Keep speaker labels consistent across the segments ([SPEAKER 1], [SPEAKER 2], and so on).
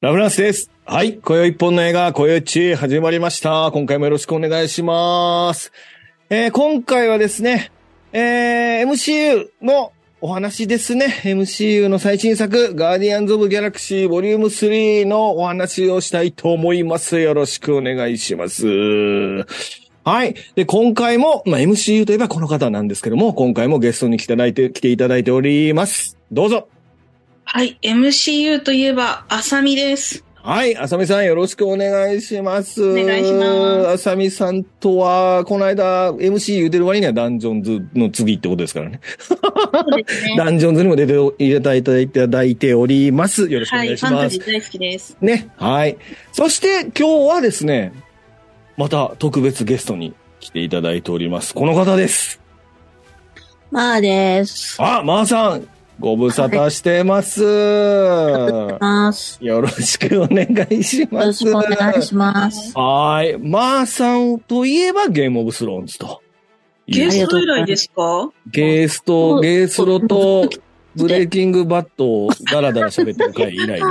[SPEAKER 1] ラブランスです。はい。今宵一本の映画、今宵一始まりました。今回もよろしくお願いします。えー今回はですね、えー MCU のお話ですね。MCU の最新作、ガーディアンズ・オブ・ギャラクシーボリューム3のお話をしたいと思います。よろしくお願いします。はい。で、今回も、まあ、MCU といえばこの方なんですけども、今回もゲストに来ていただいて、来ていただいております。どうぞ。
[SPEAKER 2] はい、MCU といえば、あさみです。
[SPEAKER 1] はい、あさみさんよろしくお願いします。お
[SPEAKER 2] 願いします
[SPEAKER 1] あさみさんとは、この間 MC 言うてる割にはダンジョンズの次ってことですからね。
[SPEAKER 2] そうですね。
[SPEAKER 1] ダンジョンズにも出てお入れていただいていただいております。よろしくお
[SPEAKER 2] は
[SPEAKER 1] 願
[SPEAKER 2] い、
[SPEAKER 1] い
[SPEAKER 2] フ
[SPEAKER 1] し
[SPEAKER 2] ァンタ
[SPEAKER 1] ま
[SPEAKER 2] ジ
[SPEAKER 1] す。
[SPEAKER 2] ー大好きです。
[SPEAKER 1] ね、はい。そして今日はですね、また特別ゲストに来ていただいております。この方です。
[SPEAKER 3] まあです。
[SPEAKER 1] あ、まー、さん、ご無沙汰してます。よ
[SPEAKER 3] ます。
[SPEAKER 1] ろしくお願いし
[SPEAKER 3] よ
[SPEAKER 1] ます。
[SPEAKER 3] ろしくお願いします。
[SPEAKER 1] はーい。まー、さんといえばゲームオブスローンズと。
[SPEAKER 2] ゲ
[SPEAKER 3] ー
[SPEAKER 2] ス
[SPEAKER 3] ム
[SPEAKER 2] ト以来ですか
[SPEAKER 1] ゲースト、
[SPEAKER 3] お
[SPEAKER 1] ゲースロとブレイキングバットをダラダラ喋ってる回以来です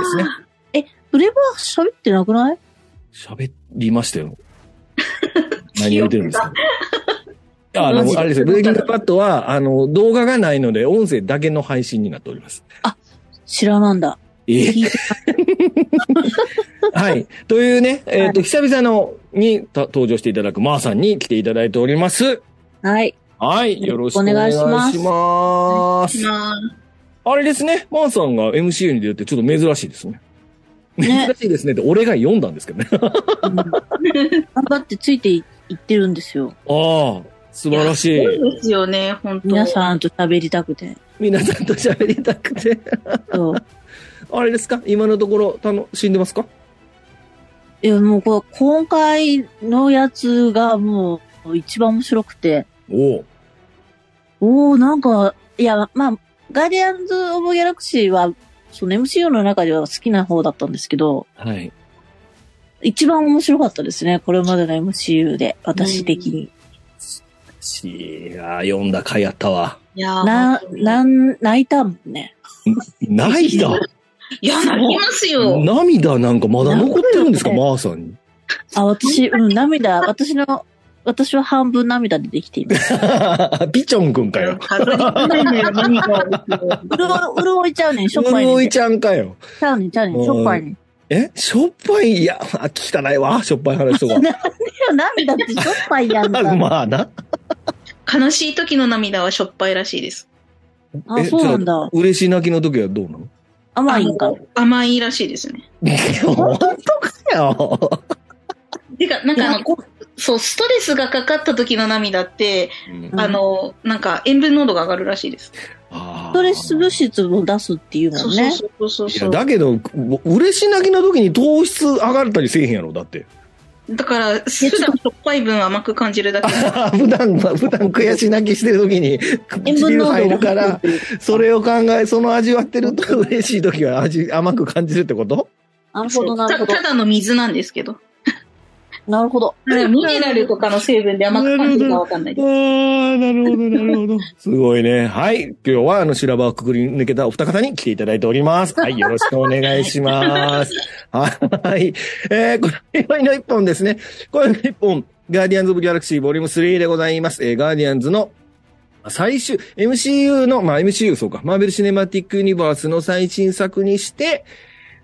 [SPEAKER 1] ね。
[SPEAKER 3] ブレイブは喋ってなくない
[SPEAKER 1] 喋りました よ。何言ってるんですかいやあ
[SPEAKER 3] マジ
[SPEAKER 1] の、
[SPEAKER 3] で
[SPEAKER 1] あれですよ。ブレイキングバットは、あの、動画がないので、音声だけの配信になっております。
[SPEAKER 3] 知らなんだ。
[SPEAKER 1] え
[SPEAKER 3] 聞いて
[SPEAKER 1] はい。というね、えっ、と、久々のにた登場していただくまーさんに来ていただいております。
[SPEAKER 3] はい。
[SPEAKER 1] はい。よろしくお願いし
[SPEAKER 3] お願
[SPEAKER 1] ま
[SPEAKER 3] いします
[SPEAKER 1] す。あれですね、マンさんが MCU に出るってちょっと珍しいですね。
[SPEAKER 3] ね
[SPEAKER 1] 珍しいですねって俺が読んだんですけどね。 あ
[SPEAKER 3] うん頑張ってついていってるんですよ。
[SPEAKER 1] あ、素晴らし
[SPEAKER 2] 多
[SPEAKER 1] い。
[SPEAKER 2] いですよね、本当
[SPEAKER 3] 皆さんと喋りたくて。
[SPEAKER 1] 皆さんと喋りたくて。
[SPEAKER 3] そう。
[SPEAKER 1] あれですか今のところ楽しんでますか
[SPEAKER 3] いや、もうこう、今回のやつがもう一番面白くて。
[SPEAKER 1] おお。
[SPEAKER 3] おー、なんか、いや、まあ、ガーディアンズ・オブ・ギャラクシーは、その MCU の中では好きな方だったんですけど、
[SPEAKER 1] はい。
[SPEAKER 3] 一番面白かったですね。これまでの MCU で、私的に。
[SPEAKER 1] しや読んだ回やったわ。
[SPEAKER 2] いやー、
[SPEAKER 3] な、
[SPEAKER 2] 本当に
[SPEAKER 3] なん、泣いたもんね。
[SPEAKER 1] ないだ
[SPEAKER 2] いや、泣きますよ。
[SPEAKER 1] 涙なんかまだ残ってるんですか
[SPEAKER 3] なん
[SPEAKER 1] マーさんに。
[SPEAKER 3] あ、私、うん、涙、私の、私は半分涙でできています。
[SPEAKER 1] ピチョンくんかよ。
[SPEAKER 2] 飾りきないのよ、涙を
[SPEAKER 3] うるお、うるおいちゃうねん、しょっぱいね
[SPEAKER 1] 潤
[SPEAKER 3] ん。
[SPEAKER 1] い
[SPEAKER 3] ち
[SPEAKER 1] ちゃんかよ。
[SPEAKER 3] ゃうねん、ちゃうねん、しょっぱいねん。い
[SPEAKER 1] えしょっぱい、いや、あ汚いわ。しょっぱい話とか。
[SPEAKER 3] や涙ってしょっぱいやんか。
[SPEAKER 1] まあ な。
[SPEAKER 2] 悲しい時の涙はしょっぱいらしいです。
[SPEAKER 3] あ、
[SPEAKER 1] え
[SPEAKER 3] そうなんだ。
[SPEAKER 1] 嬉し泣きの時はどうなの
[SPEAKER 3] 甘いんか。
[SPEAKER 2] 甘いらしいですね。
[SPEAKER 1] 本当かよ。
[SPEAKER 2] てか、なん
[SPEAKER 3] い
[SPEAKER 2] かあ
[SPEAKER 3] や
[SPEAKER 2] の、
[SPEAKER 3] こ
[SPEAKER 2] そう、ストレスがかかった時の涙って、
[SPEAKER 3] うん
[SPEAKER 2] あの、なんか塩分濃度が上がるらしいです。
[SPEAKER 1] あー
[SPEAKER 3] ストレス物質を出すっていうも
[SPEAKER 2] そうんそう
[SPEAKER 3] ね。
[SPEAKER 2] そうそう
[SPEAKER 1] い
[SPEAKER 2] そ
[SPEAKER 1] や、
[SPEAKER 2] う。
[SPEAKER 1] だけど、嬉し泣きの時に糖質上がったりせえへんやろ、だって。
[SPEAKER 2] だから、普段しょっぱい分甘く感じるだけ。
[SPEAKER 1] 普段、普段悔し泣きしてる時に、
[SPEAKER 3] 塩分
[SPEAKER 1] 唇
[SPEAKER 3] 濃
[SPEAKER 1] 入
[SPEAKER 3] 度
[SPEAKER 1] る
[SPEAKER 3] が
[SPEAKER 1] か
[SPEAKER 3] 入っ
[SPEAKER 1] ら、
[SPEAKER 3] てる。
[SPEAKER 1] それを考え、その味わってると嬉しい時は味、甘く感じるってこと
[SPEAKER 3] なるほど、なるほ
[SPEAKER 2] た
[SPEAKER 3] ど
[SPEAKER 2] た。だの水なんですけど。
[SPEAKER 3] なるほど。
[SPEAKER 2] ミネラルとかの成分で甘く感じるかわかんない
[SPEAKER 1] あ
[SPEAKER 2] で
[SPEAKER 1] あ、
[SPEAKER 2] す。
[SPEAKER 1] なるほど、なるほど。すごいね。はい。今日は、あの、修羅場をくぐり抜けたお二方に来ていただいております。はい。よろしくお願いします。はい。えー、これ、今の一本ですね。これの一本、ガーディアンズ・オブ・ギャラクシー、ボリューム3でございます。えー、ガーディアンズの最終、MCU の、まあ、MCU そうか、マーベル・シネマティック・ユニバースの最新作にして、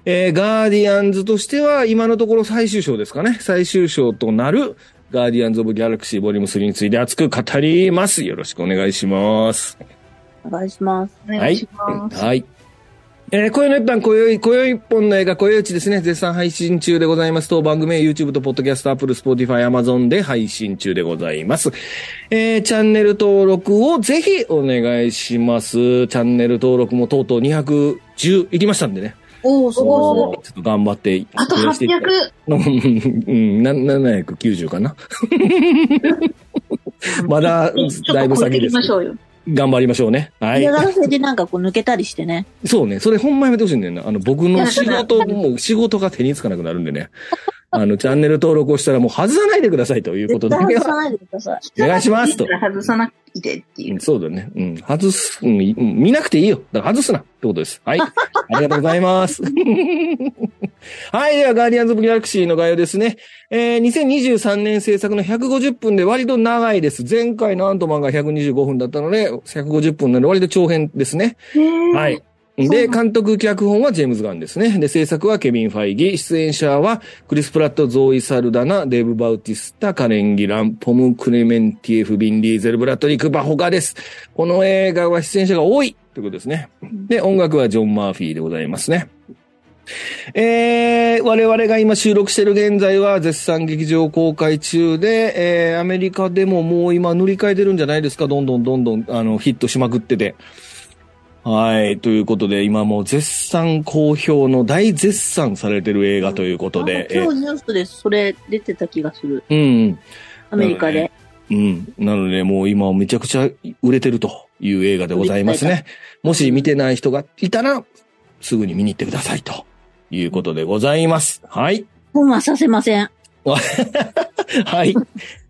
[SPEAKER 1] えー、ガーディアンズとしては、今のところ最終章ですかね。最終章となる、ガーディアンズ・オブ・ギャラクシーボリューム3について熱く語ります。よろしくお願いします。
[SPEAKER 3] お願いします。
[SPEAKER 2] お願いします。
[SPEAKER 1] はい。えー、今宵の一般、今宵、今宵一本の映画、今宵一ですね、絶賛配信中でございます。当番組は YouTube と Podcast、Apple、Spotify、Amazon で配信中でございます。えー、チャンネル登録をぜひお願いします。チャンネル登録もとうとう210いきましたんでね。
[SPEAKER 3] おー、す
[SPEAKER 1] ち
[SPEAKER 3] ご
[SPEAKER 1] ょ
[SPEAKER 3] い。
[SPEAKER 1] っと頑張って。
[SPEAKER 2] あと
[SPEAKER 1] 増やしていきたい
[SPEAKER 2] 800。
[SPEAKER 1] うん、うんな790か な。まだ、だいぶ先で
[SPEAKER 2] ちょっと超えていき
[SPEAKER 1] け
[SPEAKER 2] ますし
[SPEAKER 1] ど。
[SPEAKER 2] ょうよ。
[SPEAKER 1] 頑張りましょうね。はい
[SPEAKER 3] 嫌。がらせでなんかこう抜けたりしてね。
[SPEAKER 1] そうね。それほんまやめてほしいんだよな。あの、僕の仕事も、仕事が手につかなくなるんでね。あの、チャンネル登録をしたらもう外さないでくださいということ
[SPEAKER 3] 絶
[SPEAKER 1] だけ
[SPEAKER 3] 対外
[SPEAKER 1] は。
[SPEAKER 3] さないでください。
[SPEAKER 1] お願いしますと
[SPEAKER 2] いいから外さなくてっていう
[SPEAKER 1] うん。そうだね。うん。外す、うん、い見なくていいよ。だから外すなってことです。 はい。ありがとうございます。 はい。では、ガーディアンズ・オブ・ギャラクシーの概要ですね。えー、2023年制作の150分で割と長いです。前回のアントマンが125分だったので、150分なので割と長編ですね。は。。
[SPEAKER 2] はい
[SPEAKER 1] で、監督、脚本はジェームズ・ガンですね。で、制作はケビン・ファイギ、出演者はクリス・プラット、ゾーイ・サルダナ、デーブ・バウティスタ、カレン・ギラン、ポム・クレメンティエフ、ビン・ディーゼル、ブラッドリック、バホガです。この映画は出演者が多いということですね。で、音楽はジョン・マーフィーでございますね。えー、我々が今収録している現在は絶賛劇場公開中で、えー、アメリカでももう今塗り替えてるんじゃないですかどんどんどんどん、あの、ヒットしまくってて。はい。ということで、今もう絶賛好評の大絶賛されてる映画ということで。
[SPEAKER 3] あ今日ニュースでそれ出てた気がする。
[SPEAKER 1] えーうん。
[SPEAKER 3] アメリカで。
[SPEAKER 1] うん。なので、もう今めちゃくちゃ売れてるという映画でございますね。もし見てない人がいたら、すぐに見に行ってくださいということでございます。はい。
[SPEAKER 3] 本はさせません。
[SPEAKER 1] はい。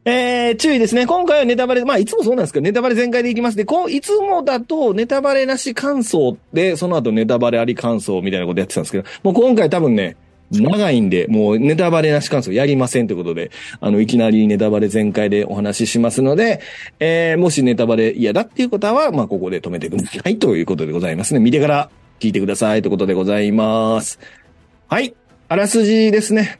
[SPEAKER 1] えー、注意ですね。今回はネタバレ、まあ、いつもそうなんですけど、ネタバレ全開でいきますで、こう、いつもだと、ネタバレなし感想で、その後ネタバレあり感想みたいなことやってたんですけど、もう今回多分ね、長いんで、もうネタバレなし感想やりませんということで、あの、いきなりネタバレ全開でお話ししますので、えー、もしネタバレ嫌だっていう方は、まあ、ここで止めてくださいということでございますね。見てから聞いてくださいということでございます。はい。あらすじですね。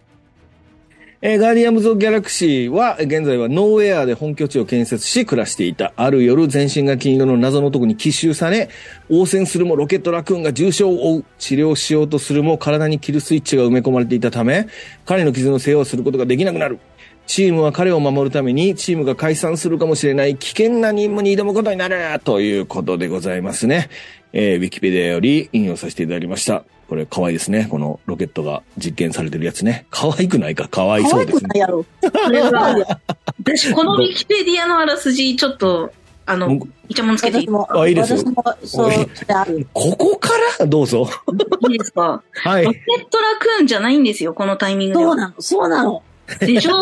[SPEAKER 1] えーガーディアムズ・オブ・ギャラクシーは、えー現在はノーウェアで本拠地を建設し暮らしていた。ある夜、全身が金色の謎の男に奇襲され、応戦するもロケットラクーンが重傷を負う。治療しようとするも体にキルスイッチが埋め込まれていたため、彼の傷の世話をすることができなくなる。チームは彼を守るために、チームが解散するかもしれない危険な任務に挑むことになるということでございますね。えーウィキペディアより引用させていただきました。これ可愛いですね。このロケットが実験されてるやつね。可愛くないか可愛
[SPEAKER 3] 可
[SPEAKER 1] そう
[SPEAKER 3] 愛
[SPEAKER 1] です
[SPEAKER 3] く
[SPEAKER 1] ね
[SPEAKER 3] な。いやろ。
[SPEAKER 2] これは、私、このウィキペディアのあらすじ、ちょっと、あの、いちゃもんつけていい
[SPEAKER 3] 私も、
[SPEAKER 1] あいいですよ
[SPEAKER 3] 私も、そう、
[SPEAKER 1] いい
[SPEAKER 3] それある。
[SPEAKER 1] ここからどうぞ。
[SPEAKER 2] いいですか
[SPEAKER 1] は
[SPEAKER 2] ロ
[SPEAKER 1] い
[SPEAKER 2] ケ。ットラクーンじゃないんですよ、このタイミングで
[SPEAKER 3] そう
[SPEAKER 2] は。
[SPEAKER 3] なの、そうなの。
[SPEAKER 2] でしょ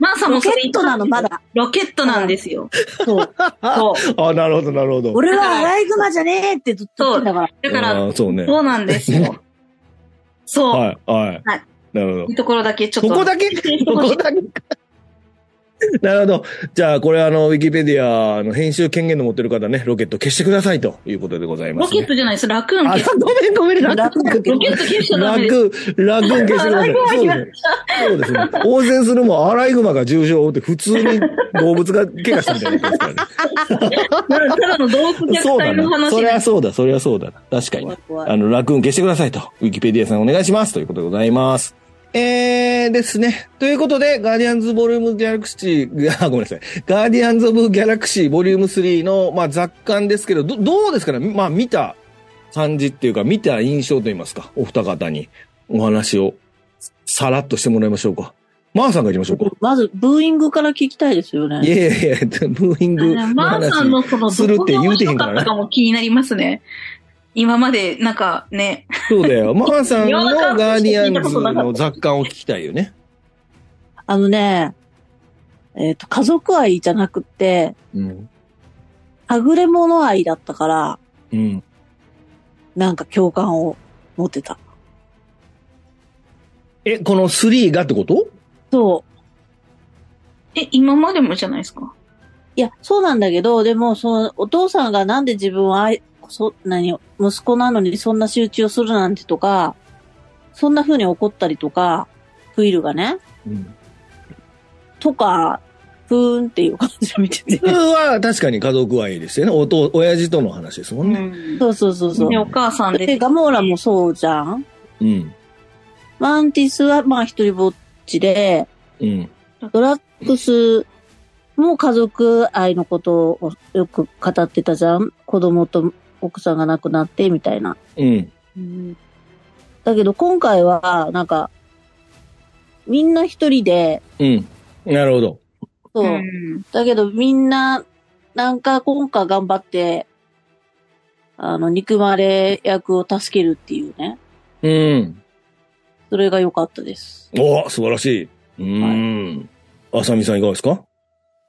[SPEAKER 2] マーさん
[SPEAKER 3] ロ
[SPEAKER 2] も
[SPEAKER 3] ケ
[SPEAKER 2] それ
[SPEAKER 3] ットなの、ま。だ。
[SPEAKER 2] ロケットなんですよ。
[SPEAKER 3] そう。
[SPEAKER 2] そう。
[SPEAKER 1] あ、なるほど、なるほど。
[SPEAKER 3] 俺はアライグマじゃねえってずっと言ってんだから。
[SPEAKER 2] だから、
[SPEAKER 1] あーそうね。
[SPEAKER 2] そうなんですよ。そう。
[SPEAKER 1] はい、はい。
[SPEAKER 2] はい
[SPEAKER 1] なるほど
[SPEAKER 2] いい。ところだけちょっと。
[SPEAKER 1] ここだ けここだけなるほど。じゃあ、これあの、ウィキペディアの編集権限の持ってる方ね、ロケット消してくださいということでございま
[SPEAKER 2] ロ
[SPEAKER 1] す、ね。
[SPEAKER 2] ケットじゃないです。ラクーン
[SPEAKER 1] あ、
[SPEAKER 2] 消す。
[SPEAKER 1] ごめんごめん、ラクーン
[SPEAKER 3] ラクー
[SPEAKER 2] ロ
[SPEAKER 3] ン
[SPEAKER 2] ケット消しちゃダメです。
[SPEAKER 1] 楽、楽消してください。そうですね。そうです ね。応戦するもアライグマが重傷を負って普通に動物が怪我したみたいなことですからね。
[SPEAKER 2] ただの動物
[SPEAKER 1] そ
[SPEAKER 2] 虐
[SPEAKER 1] うだ
[SPEAKER 2] 待
[SPEAKER 1] な。
[SPEAKER 2] の話
[SPEAKER 1] そ
[SPEAKER 2] で
[SPEAKER 1] りゃ
[SPEAKER 2] す。
[SPEAKER 1] そうだ、そりゃそうだな。確かに
[SPEAKER 3] 怖。
[SPEAKER 1] ない
[SPEAKER 3] 怖い
[SPEAKER 1] あの、楽運消してくださいと、ウィキペディアさんお願いしますということでございます。えーですね。ということで、ガーディアンズボリュームギャラクシー、あ、 ごめんなさい。ガーディアンズオブギャラクシーボリューム3の、まあ、雑感ですけど、ど、どうですかねまあ、見た感じっていうか、見た印象といいますか、お二方にお話をさらっとしてもらいましょうか。マーさんがいきましょうか。
[SPEAKER 3] まず、ブーイングから聞きたいですよ
[SPEAKER 1] い
[SPEAKER 3] ね。
[SPEAKER 1] やいやいや、ブーイングの話。
[SPEAKER 2] マーさんのその、
[SPEAKER 1] す
[SPEAKER 2] ど
[SPEAKER 1] るっ
[SPEAKER 2] こ
[SPEAKER 1] て
[SPEAKER 2] が
[SPEAKER 1] 言
[SPEAKER 2] 面
[SPEAKER 1] うてへん
[SPEAKER 2] 白
[SPEAKER 1] から
[SPEAKER 2] か
[SPEAKER 1] ね
[SPEAKER 2] ったかも気になりますね。今まで、なんかね、
[SPEAKER 1] そうだよ。マーさんのガーディアンズの雑感を聞きたいよね。
[SPEAKER 3] あのね、えっ、と、家族愛じゃなくて、
[SPEAKER 1] うん。
[SPEAKER 3] はぐれ者愛だったから、
[SPEAKER 1] うん。
[SPEAKER 3] なんか共感を持ってた。
[SPEAKER 1] え、この3がってこと
[SPEAKER 3] そう。
[SPEAKER 2] え、今までもじゃないですか。
[SPEAKER 3] いや、そうなんだけど、でも、その、お父さんがなんで自分は愛、そ、何、息子なのにそんな集中をするなんてとか、そんな風に怒ったりとか、クイルがね、
[SPEAKER 1] うん。
[SPEAKER 3] とか、ふーんっていう感じで見てて。
[SPEAKER 1] は確かに家族愛ですよね。おと、親父との話ですもんね。
[SPEAKER 3] そうそうそうそう
[SPEAKER 2] で、。お母さん
[SPEAKER 3] で、
[SPEAKER 2] で。
[SPEAKER 3] ガモーラもそうじゃん
[SPEAKER 1] うん。
[SPEAKER 3] マンティスは、まあ、一人ぼっちで、
[SPEAKER 1] うん。
[SPEAKER 3] ドラッグスも家族愛のことをよく語ってたじゃん子供と奥さんが亡くなって、みたいな。
[SPEAKER 1] うん。
[SPEAKER 3] だけど、今回は、なんか、みんな一人で、
[SPEAKER 1] うん。なるほど。
[SPEAKER 3] そう。
[SPEAKER 2] うん
[SPEAKER 3] だけど、みんな、なんか今回頑張って、あの、憎まれ役を助けるっていうね。
[SPEAKER 1] うん。
[SPEAKER 3] それが良かったです。
[SPEAKER 1] お素晴らしい。うーん。あさみさんいかがですか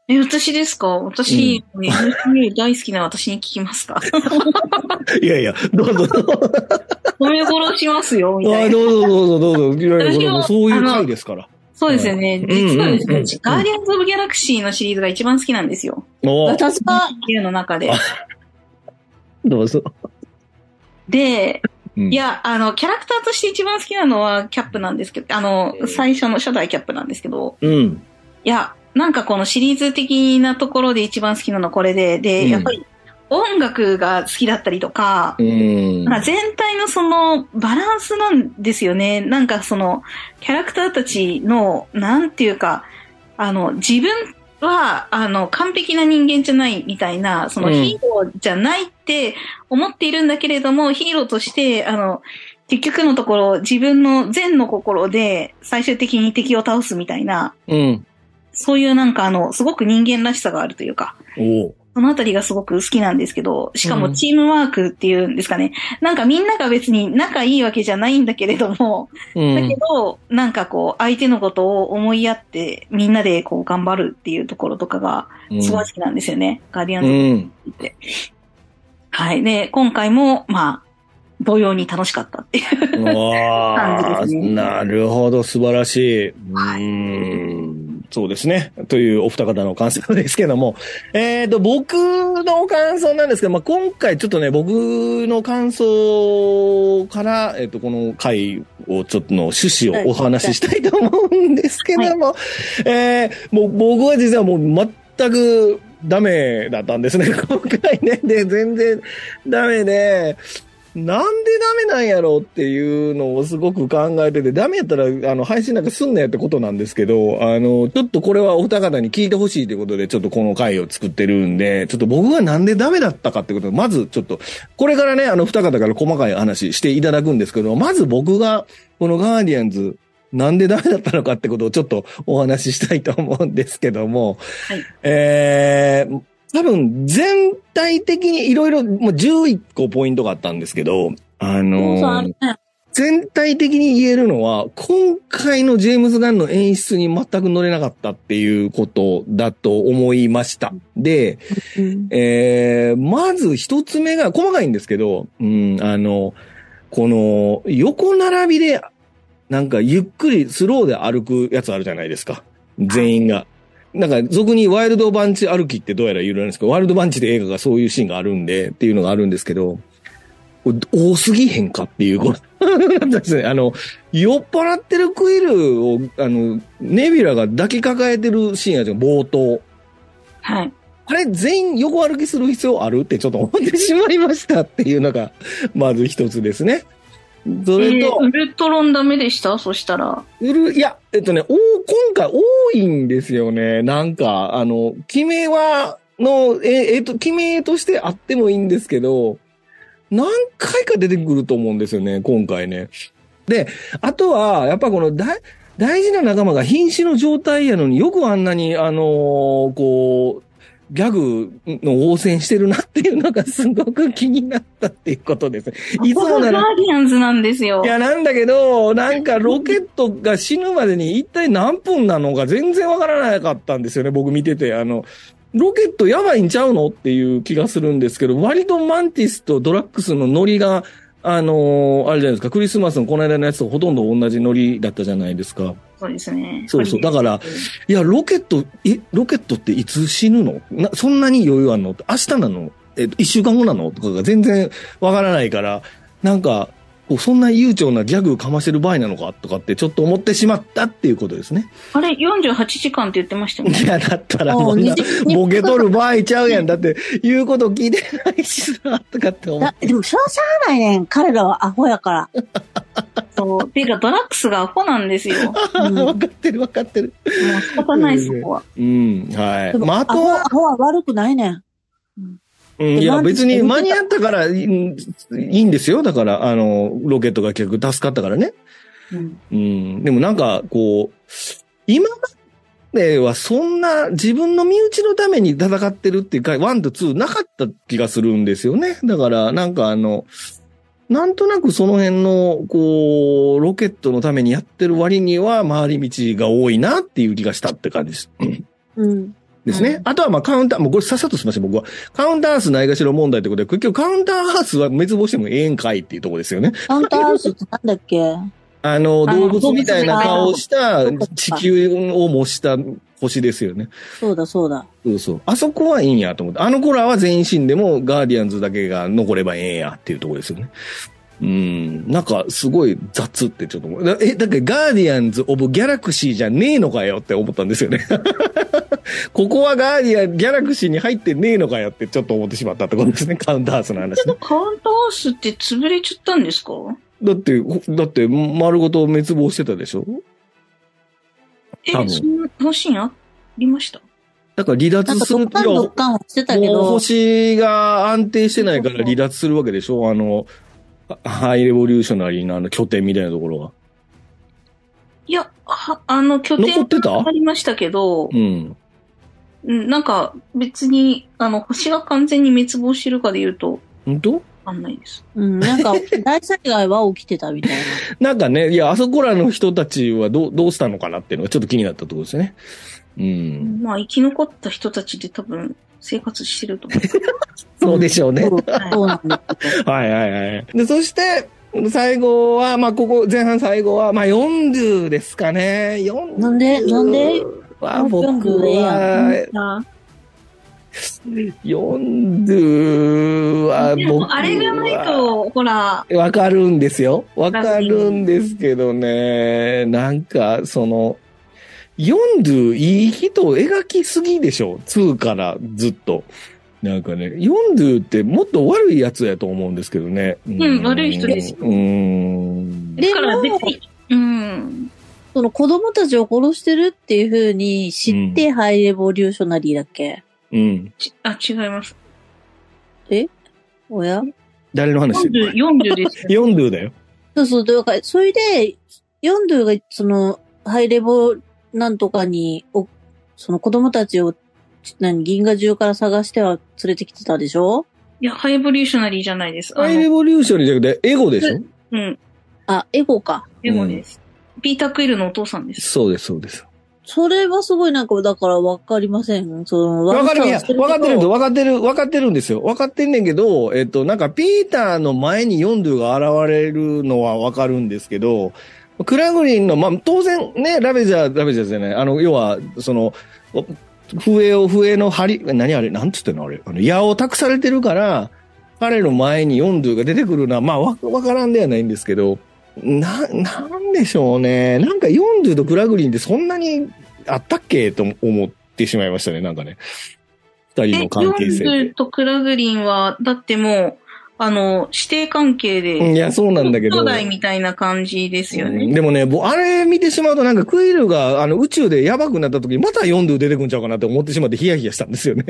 [SPEAKER 2] え、私ですか私、NHK 大好きな私に聞きますか
[SPEAKER 1] い やいや、どうぞ。
[SPEAKER 2] 褒め殺しますよ、みた
[SPEAKER 1] あ
[SPEAKER 2] いな。
[SPEAKER 1] どうぞどうぞどうぞ。いやいやこれもうそういう回ですから。
[SPEAKER 2] そうですよね。
[SPEAKER 1] うん
[SPEAKER 2] 実はです
[SPEAKER 1] うんうんう
[SPEAKER 2] ね
[SPEAKER 1] ん、
[SPEAKER 2] ガーディアンズ・オブ・ギャラクシーのシリーズが一番好きなんですよ。
[SPEAKER 1] お
[SPEAKER 3] 私が、
[SPEAKER 2] っていうの中で。
[SPEAKER 1] どうぞ。
[SPEAKER 2] で、
[SPEAKER 1] うん
[SPEAKER 2] いや、あの、キャラクターとして一番好きなのはキャップなんですけど、あの、最初の初代キャップなんですけど、
[SPEAKER 1] うん。
[SPEAKER 2] いや、なんかこのシリーズ的なところで一番好きなのこれで、で、
[SPEAKER 1] うん
[SPEAKER 2] やっぱり音楽が好きだったりとか、
[SPEAKER 1] うん。
[SPEAKER 2] なんか全体のそのバランスなんですよね。なんかそのキャラクターたちの、なんていうか、あの、自分は、あの、完璧な人間じゃないみたいな、その
[SPEAKER 1] うん
[SPEAKER 2] ヒーローじゃないって思っているんだけれども、ヒーローとして、あの、結局のところ自分の善の心で最終的に敵を倒すみたいな、
[SPEAKER 1] うん。
[SPEAKER 2] そういうなんかあの、すごく人間らしさがあるというか、
[SPEAKER 1] おう
[SPEAKER 2] そのあたりがすごく好きなんですけど、しか
[SPEAKER 1] う
[SPEAKER 2] も
[SPEAKER 1] ん
[SPEAKER 2] チームワークっていうんですかね。なんかみんなが別に仲いいわけじゃないんだけれども、
[SPEAKER 1] う
[SPEAKER 2] だけ
[SPEAKER 1] ん。
[SPEAKER 2] ど、なんかこう、相手のことを思いやって、みんなでこう頑張るっていうところとかが、
[SPEAKER 1] うん
[SPEAKER 2] すごい好きなんですよね。ガーディアン
[SPEAKER 1] う
[SPEAKER 2] ズ
[SPEAKER 1] ん。
[SPEAKER 2] って。はい。で、今回も、まあ、同様に楽しかったっていう。
[SPEAKER 1] ああ、
[SPEAKER 2] 感じですね
[SPEAKER 1] なるほど、素晴らしい。う
[SPEAKER 2] は
[SPEAKER 1] ーん。そうですね。というお二方の感想ですけども。えっ、と、僕の感想なんですけど、まあ、今回ちょっとね、僕の感想から、えっ、と、この回をちょっとの趣旨をお話ししたいと思うんですけども、えーもう僕は実はもう全くダメだったんですね、 今回ね。で、全然ダメで、なんでダメなんやろうっていうのをすごく考えてて、ダメやったら、あの、配信なんかすんなよってことなんですけど、あの、ちょっとこれはお二方に聞いてほしいということで、ちょっとこの回を作ってるんで、ちょっと僕がなんでダメだったかってことを、まずちょっと、これからね、あの、二方から細かい話していただくんですけど、まず僕が、このガーディアンズ、なんでダメだったのかってことをちょっとお話ししたいと思うんですけども、
[SPEAKER 2] はい
[SPEAKER 1] えー、多分全体的にいろいろ、もう11個ポイントがあったんですけど、あの
[SPEAKER 3] 父さんあ
[SPEAKER 1] ー
[SPEAKER 3] れだよ
[SPEAKER 1] 全体的に言えるのは、今回のジェームズ・ガンの演出に全く乗れなかったっていうことだと思いました。で、
[SPEAKER 3] うん
[SPEAKER 1] えーまず一つ目が、細かいんですけど、うん、あの、この、横並びで、なんかゆっくりスローで歩くやつあるじゃないですか。全員が。なんか、俗にワイルドバンチ歩きってどうやら言うられるんですけど、ワイルドバンチで映画がそういうシーンがあるんで、っていうのがあるんですけど、これ多すぎへんかっていうことですね。あの、 酔っ払ってるクイルを、あの、ネビュラが抱きかかえてるシーンあるじゃん、冒頭。
[SPEAKER 2] はい。
[SPEAKER 1] あれ、全員横歩きする必要あるってちょっと思ってしまいましたっていうのが、まず一つですね。そ
[SPEAKER 2] え
[SPEAKER 1] れ
[SPEAKER 2] ー、
[SPEAKER 1] と、
[SPEAKER 2] ウルトロンダメでしたそしたら。
[SPEAKER 1] うる、いや、えっとね、お今回多いんですよね。なんか、あの、決めは、の、え、えっと、決めとしてあってもいいんですけど、何回か出てくると思うんですよね、今回ね。で、あとは、やっぱこの大、大事な仲間が瀕死の状態やのによくあんなに、あのーこう、ギャグの応戦してるなっていうのがすごく気になったっていうことです。いつ
[SPEAKER 2] こ
[SPEAKER 1] も
[SPEAKER 2] こ
[SPEAKER 1] な
[SPEAKER 2] がガ
[SPEAKER 1] ら
[SPEAKER 2] ーディアンズなんですよ
[SPEAKER 1] い。や、なんだけど、なんかロケットが死ぬまでに一体何分なのか全然わからなかったんですよね、僕見てて。あの、ロケットやばいんちゃうのっていう気がするんですけど、割とマンティスとドラッグスのノリが、あのーあれじゃないですか、クリスマスのこの間のやつとほとんど同じノリだったじゃないですか。
[SPEAKER 2] そうですね。
[SPEAKER 1] そうそう。だ
[SPEAKER 2] か
[SPEAKER 1] から、いや、ロケット、え、ロケットっていつ死ぬのな、そんなに余裕あんの明日なのえっと、一週間後なのとかが全然わからないから、なんか、こうそんな悠長なギャグかましてる場合なのかとかってちょっと思ってしまったっていうことですね。
[SPEAKER 2] あれ、48時間って言ってましたよね。
[SPEAKER 1] いや、だったら
[SPEAKER 3] もう
[SPEAKER 1] もうな
[SPEAKER 3] 二十
[SPEAKER 1] ボケ取る場合ちゃうやん。だって、言うこと聞いてないしさ、とかって思っ
[SPEAKER 3] だでも、しょうしゃあないねん。彼らはアホやから。
[SPEAKER 2] そう。ていうか、ドラッグスがアホなんですよ。 もう
[SPEAKER 1] た。
[SPEAKER 3] うん
[SPEAKER 1] わかってるわかってる。
[SPEAKER 2] 仕方ない、そこは。
[SPEAKER 1] うん、はい。
[SPEAKER 3] でも
[SPEAKER 1] まあ、あ
[SPEAKER 3] ア
[SPEAKER 1] と
[SPEAKER 3] ホ、
[SPEAKER 1] は
[SPEAKER 3] ア、ホは悪くないねん。
[SPEAKER 1] うんいや、
[SPEAKER 3] マンティ
[SPEAKER 1] 別
[SPEAKER 3] ス
[SPEAKER 1] に
[SPEAKER 3] 見てた
[SPEAKER 1] 間に合ったからいいんいいんですよ。だから、あの、ロケットが結局助かったからね。
[SPEAKER 2] うん
[SPEAKER 1] うん。でもなんか、こう、今まではそんな自分の身内のために戦ってるっていうか、1と2なかった気がするんですよね。だから、なんかあの、なんとなくその辺の、こう、ロケットのためにやってる割には、回り道が多いなっていう気がしたって感じです。うん
[SPEAKER 3] うん。
[SPEAKER 1] ですね。
[SPEAKER 2] うん
[SPEAKER 1] あとは、まあ、カウンター、もうこれさっさとしました、僕は。カウンターアースないがしろ問題ってことで、結局カウンターアースは滅亡してもええんかいっていうところですよね。
[SPEAKER 3] カウンターハウスってなんだっけ
[SPEAKER 1] あの、
[SPEAKER 2] あの
[SPEAKER 1] 動物みたいな顔をした
[SPEAKER 3] 動物みたいな
[SPEAKER 1] 地球を模した星ですよね。
[SPEAKER 3] そうだそうだ。
[SPEAKER 1] そうそう。あそこはいいんやと思って。あの子らは全員死んでも、ガーディアンズだけが残ればええんやっていうところですよね。うん。なんか、すごい雑ってちょっと思う。だえ、だけどガーディアンズ・オブ・ギャラクシーじゃねえのかよって思ったんですよね。 ここはガーディアン、ギャラクシーに入ってねえのかよってちょっと思ってしまったってことですね。カウンターアースの話ね。
[SPEAKER 2] カウントハウスって潰れちゃったんですか
[SPEAKER 1] だって、ほだって、丸ごと滅亡してたでしょ
[SPEAKER 2] え、
[SPEAKER 1] 多分
[SPEAKER 2] そんなシーンありました
[SPEAKER 1] だから離
[SPEAKER 3] なん
[SPEAKER 1] 脱
[SPEAKER 3] か
[SPEAKER 1] す
[SPEAKER 3] ド
[SPEAKER 1] る
[SPEAKER 3] ッカンドッカンはしてたけ
[SPEAKER 1] もう
[SPEAKER 3] ど、
[SPEAKER 1] 星が安定してないから離脱するわけでしょあの、あハイレボリューショナリーのあの拠点みたいなところは。
[SPEAKER 2] いや、はあの、拠点
[SPEAKER 1] 残ってた
[SPEAKER 2] ありましたけど、
[SPEAKER 1] うん。
[SPEAKER 2] うんなんか別に、あの、星が完全に滅亡してるかで言うと、
[SPEAKER 1] 本当
[SPEAKER 2] わかんないです。
[SPEAKER 3] うん、なんか大災害は起きてたみたい
[SPEAKER 1] なんかね、いや、あそこらの人たちはどう、どうしたのかなっていうのがちょっと気になったところですね。うん。
[SPEAKER 2] まあ、生き残った人たちで多分、生活してると 思う。
[SPEAKER 1] そうでしょう
[SPEAKER 3] な。
[SPEAKER 1] ね
[SPEAKER 3] そ。うそうなんだ けど。
[SPEAKER 1] はいはいはい。で、そして、最後は、まあ、ここ、前半最後は、まあ、40ですかね。40
[SPEAKER 3] なんでなんで
[SPEAKER 1] は、僕
[SPEAKER 3] 40ええ
[SPEAKER 1] は、
[SPEAKER 2] あ
[SPEAKER 1] 40は
[SPEAKER 2] で
[SPEAKER 1] 僕は
[SPEAKER 2] も、あれがないと、ほら、
[SPEAKER 1] わかるんですよ。わかるんですけどね。なんか、その、40いい人を描きすぎでしょ。2からずっと。なんかね、40ってもっと悪いやつやと思うんですけどね。うん
[SPEAKER 2] うん悪い人ですよ
[SPEAKER 1] うーん。
[SPEAKER 3] で
[SPEAKER 2] だから別
[SPEAKER 3] も、
[SPEAKER 2] に、うん。
[SPEAKER 3] その子供たちを殺してるっていう風に知ってハイレボリューショナリーだっけ、
[SPEAKER 1] うん。
[SPEAKER 2] ちあ、違います。
[SPEAKER 3] おや
[SPEAKER 1] 誰の話して
[SPEAKER 2] 40、
[SPEAKER 1] る
[SPEAKER 2] 40ですよ。
[SPEAKER 1] ?40 だよ。
[SPEAKER 3] そうそう、だから、それで、ヨンドゥが、その、ハイレボなんとかに、おその子供たちを、ち何、銀河中から探しては連れてきてたでしょ
[SPEAKER 2] いや、ハイブリューショナリーじゃないです。あ
[SPEAKER 1] ハイレ
[SPEAKER 2] の、
[SPEAKER 1] ボリューションじゃなくて、エゴでしょ
[SPEAKER 2] うん、
[SPEAKER 3] あ、エゴか。
[SPEAKER 2] エゴです。ピーター・クイルのお父さんです。
[SPEAKER 1] そうです、そうです。
[SPEAKER 3] それはすごいなんか、だからわかりません。その、
[SPEAKER 1] わかる、いや、
[SPEAKER 3] さをして
[SPEAKER 1] わかってるんです
[SPEAKER 3] とこ
[SPEAKER 1] わかってる、わかってるんですよ。わかってんねんけど、えっと、なんか、ピーターの前にヨンドゥが現れるのはわかるんですけど、クラグリンの、まあ、当然ね、ラベジャー、ラベジャーじゃない、あの、要は、その、お笛を、笛の針、何あれ、なんつってんのあれ、あの、矢を託されてるから、彼の前にヨンドゥが出てくるのは、まあ、わ、わからんではないんですけど、な、なんでしょうね。なんか、ヨンドゥとクラグリンってそんなにあったっけと思ってしまいましたね、なんかね。二人の関係性
[SPEAKER 2] えヨン
[SPEAKER 1] で
[SPEAKER 2] ズとクラグリンは、だってもう、あの、師弟関係で、
[SPEAKER 1] うんいや、そうなんだけど。
[SPEAKER 2] 兄弟みたいな感じですよ
[SPEAKER 1] うん
[SPEAKER 2] ね。
[SPEAKER 1] でもね、ぼあれ見てしまうとなんかクイルがあの宇宙でやばくなった時にまたヨンドゥ出てくんちゃうかなって思ってしまってヒヤヒヤしたんですよね。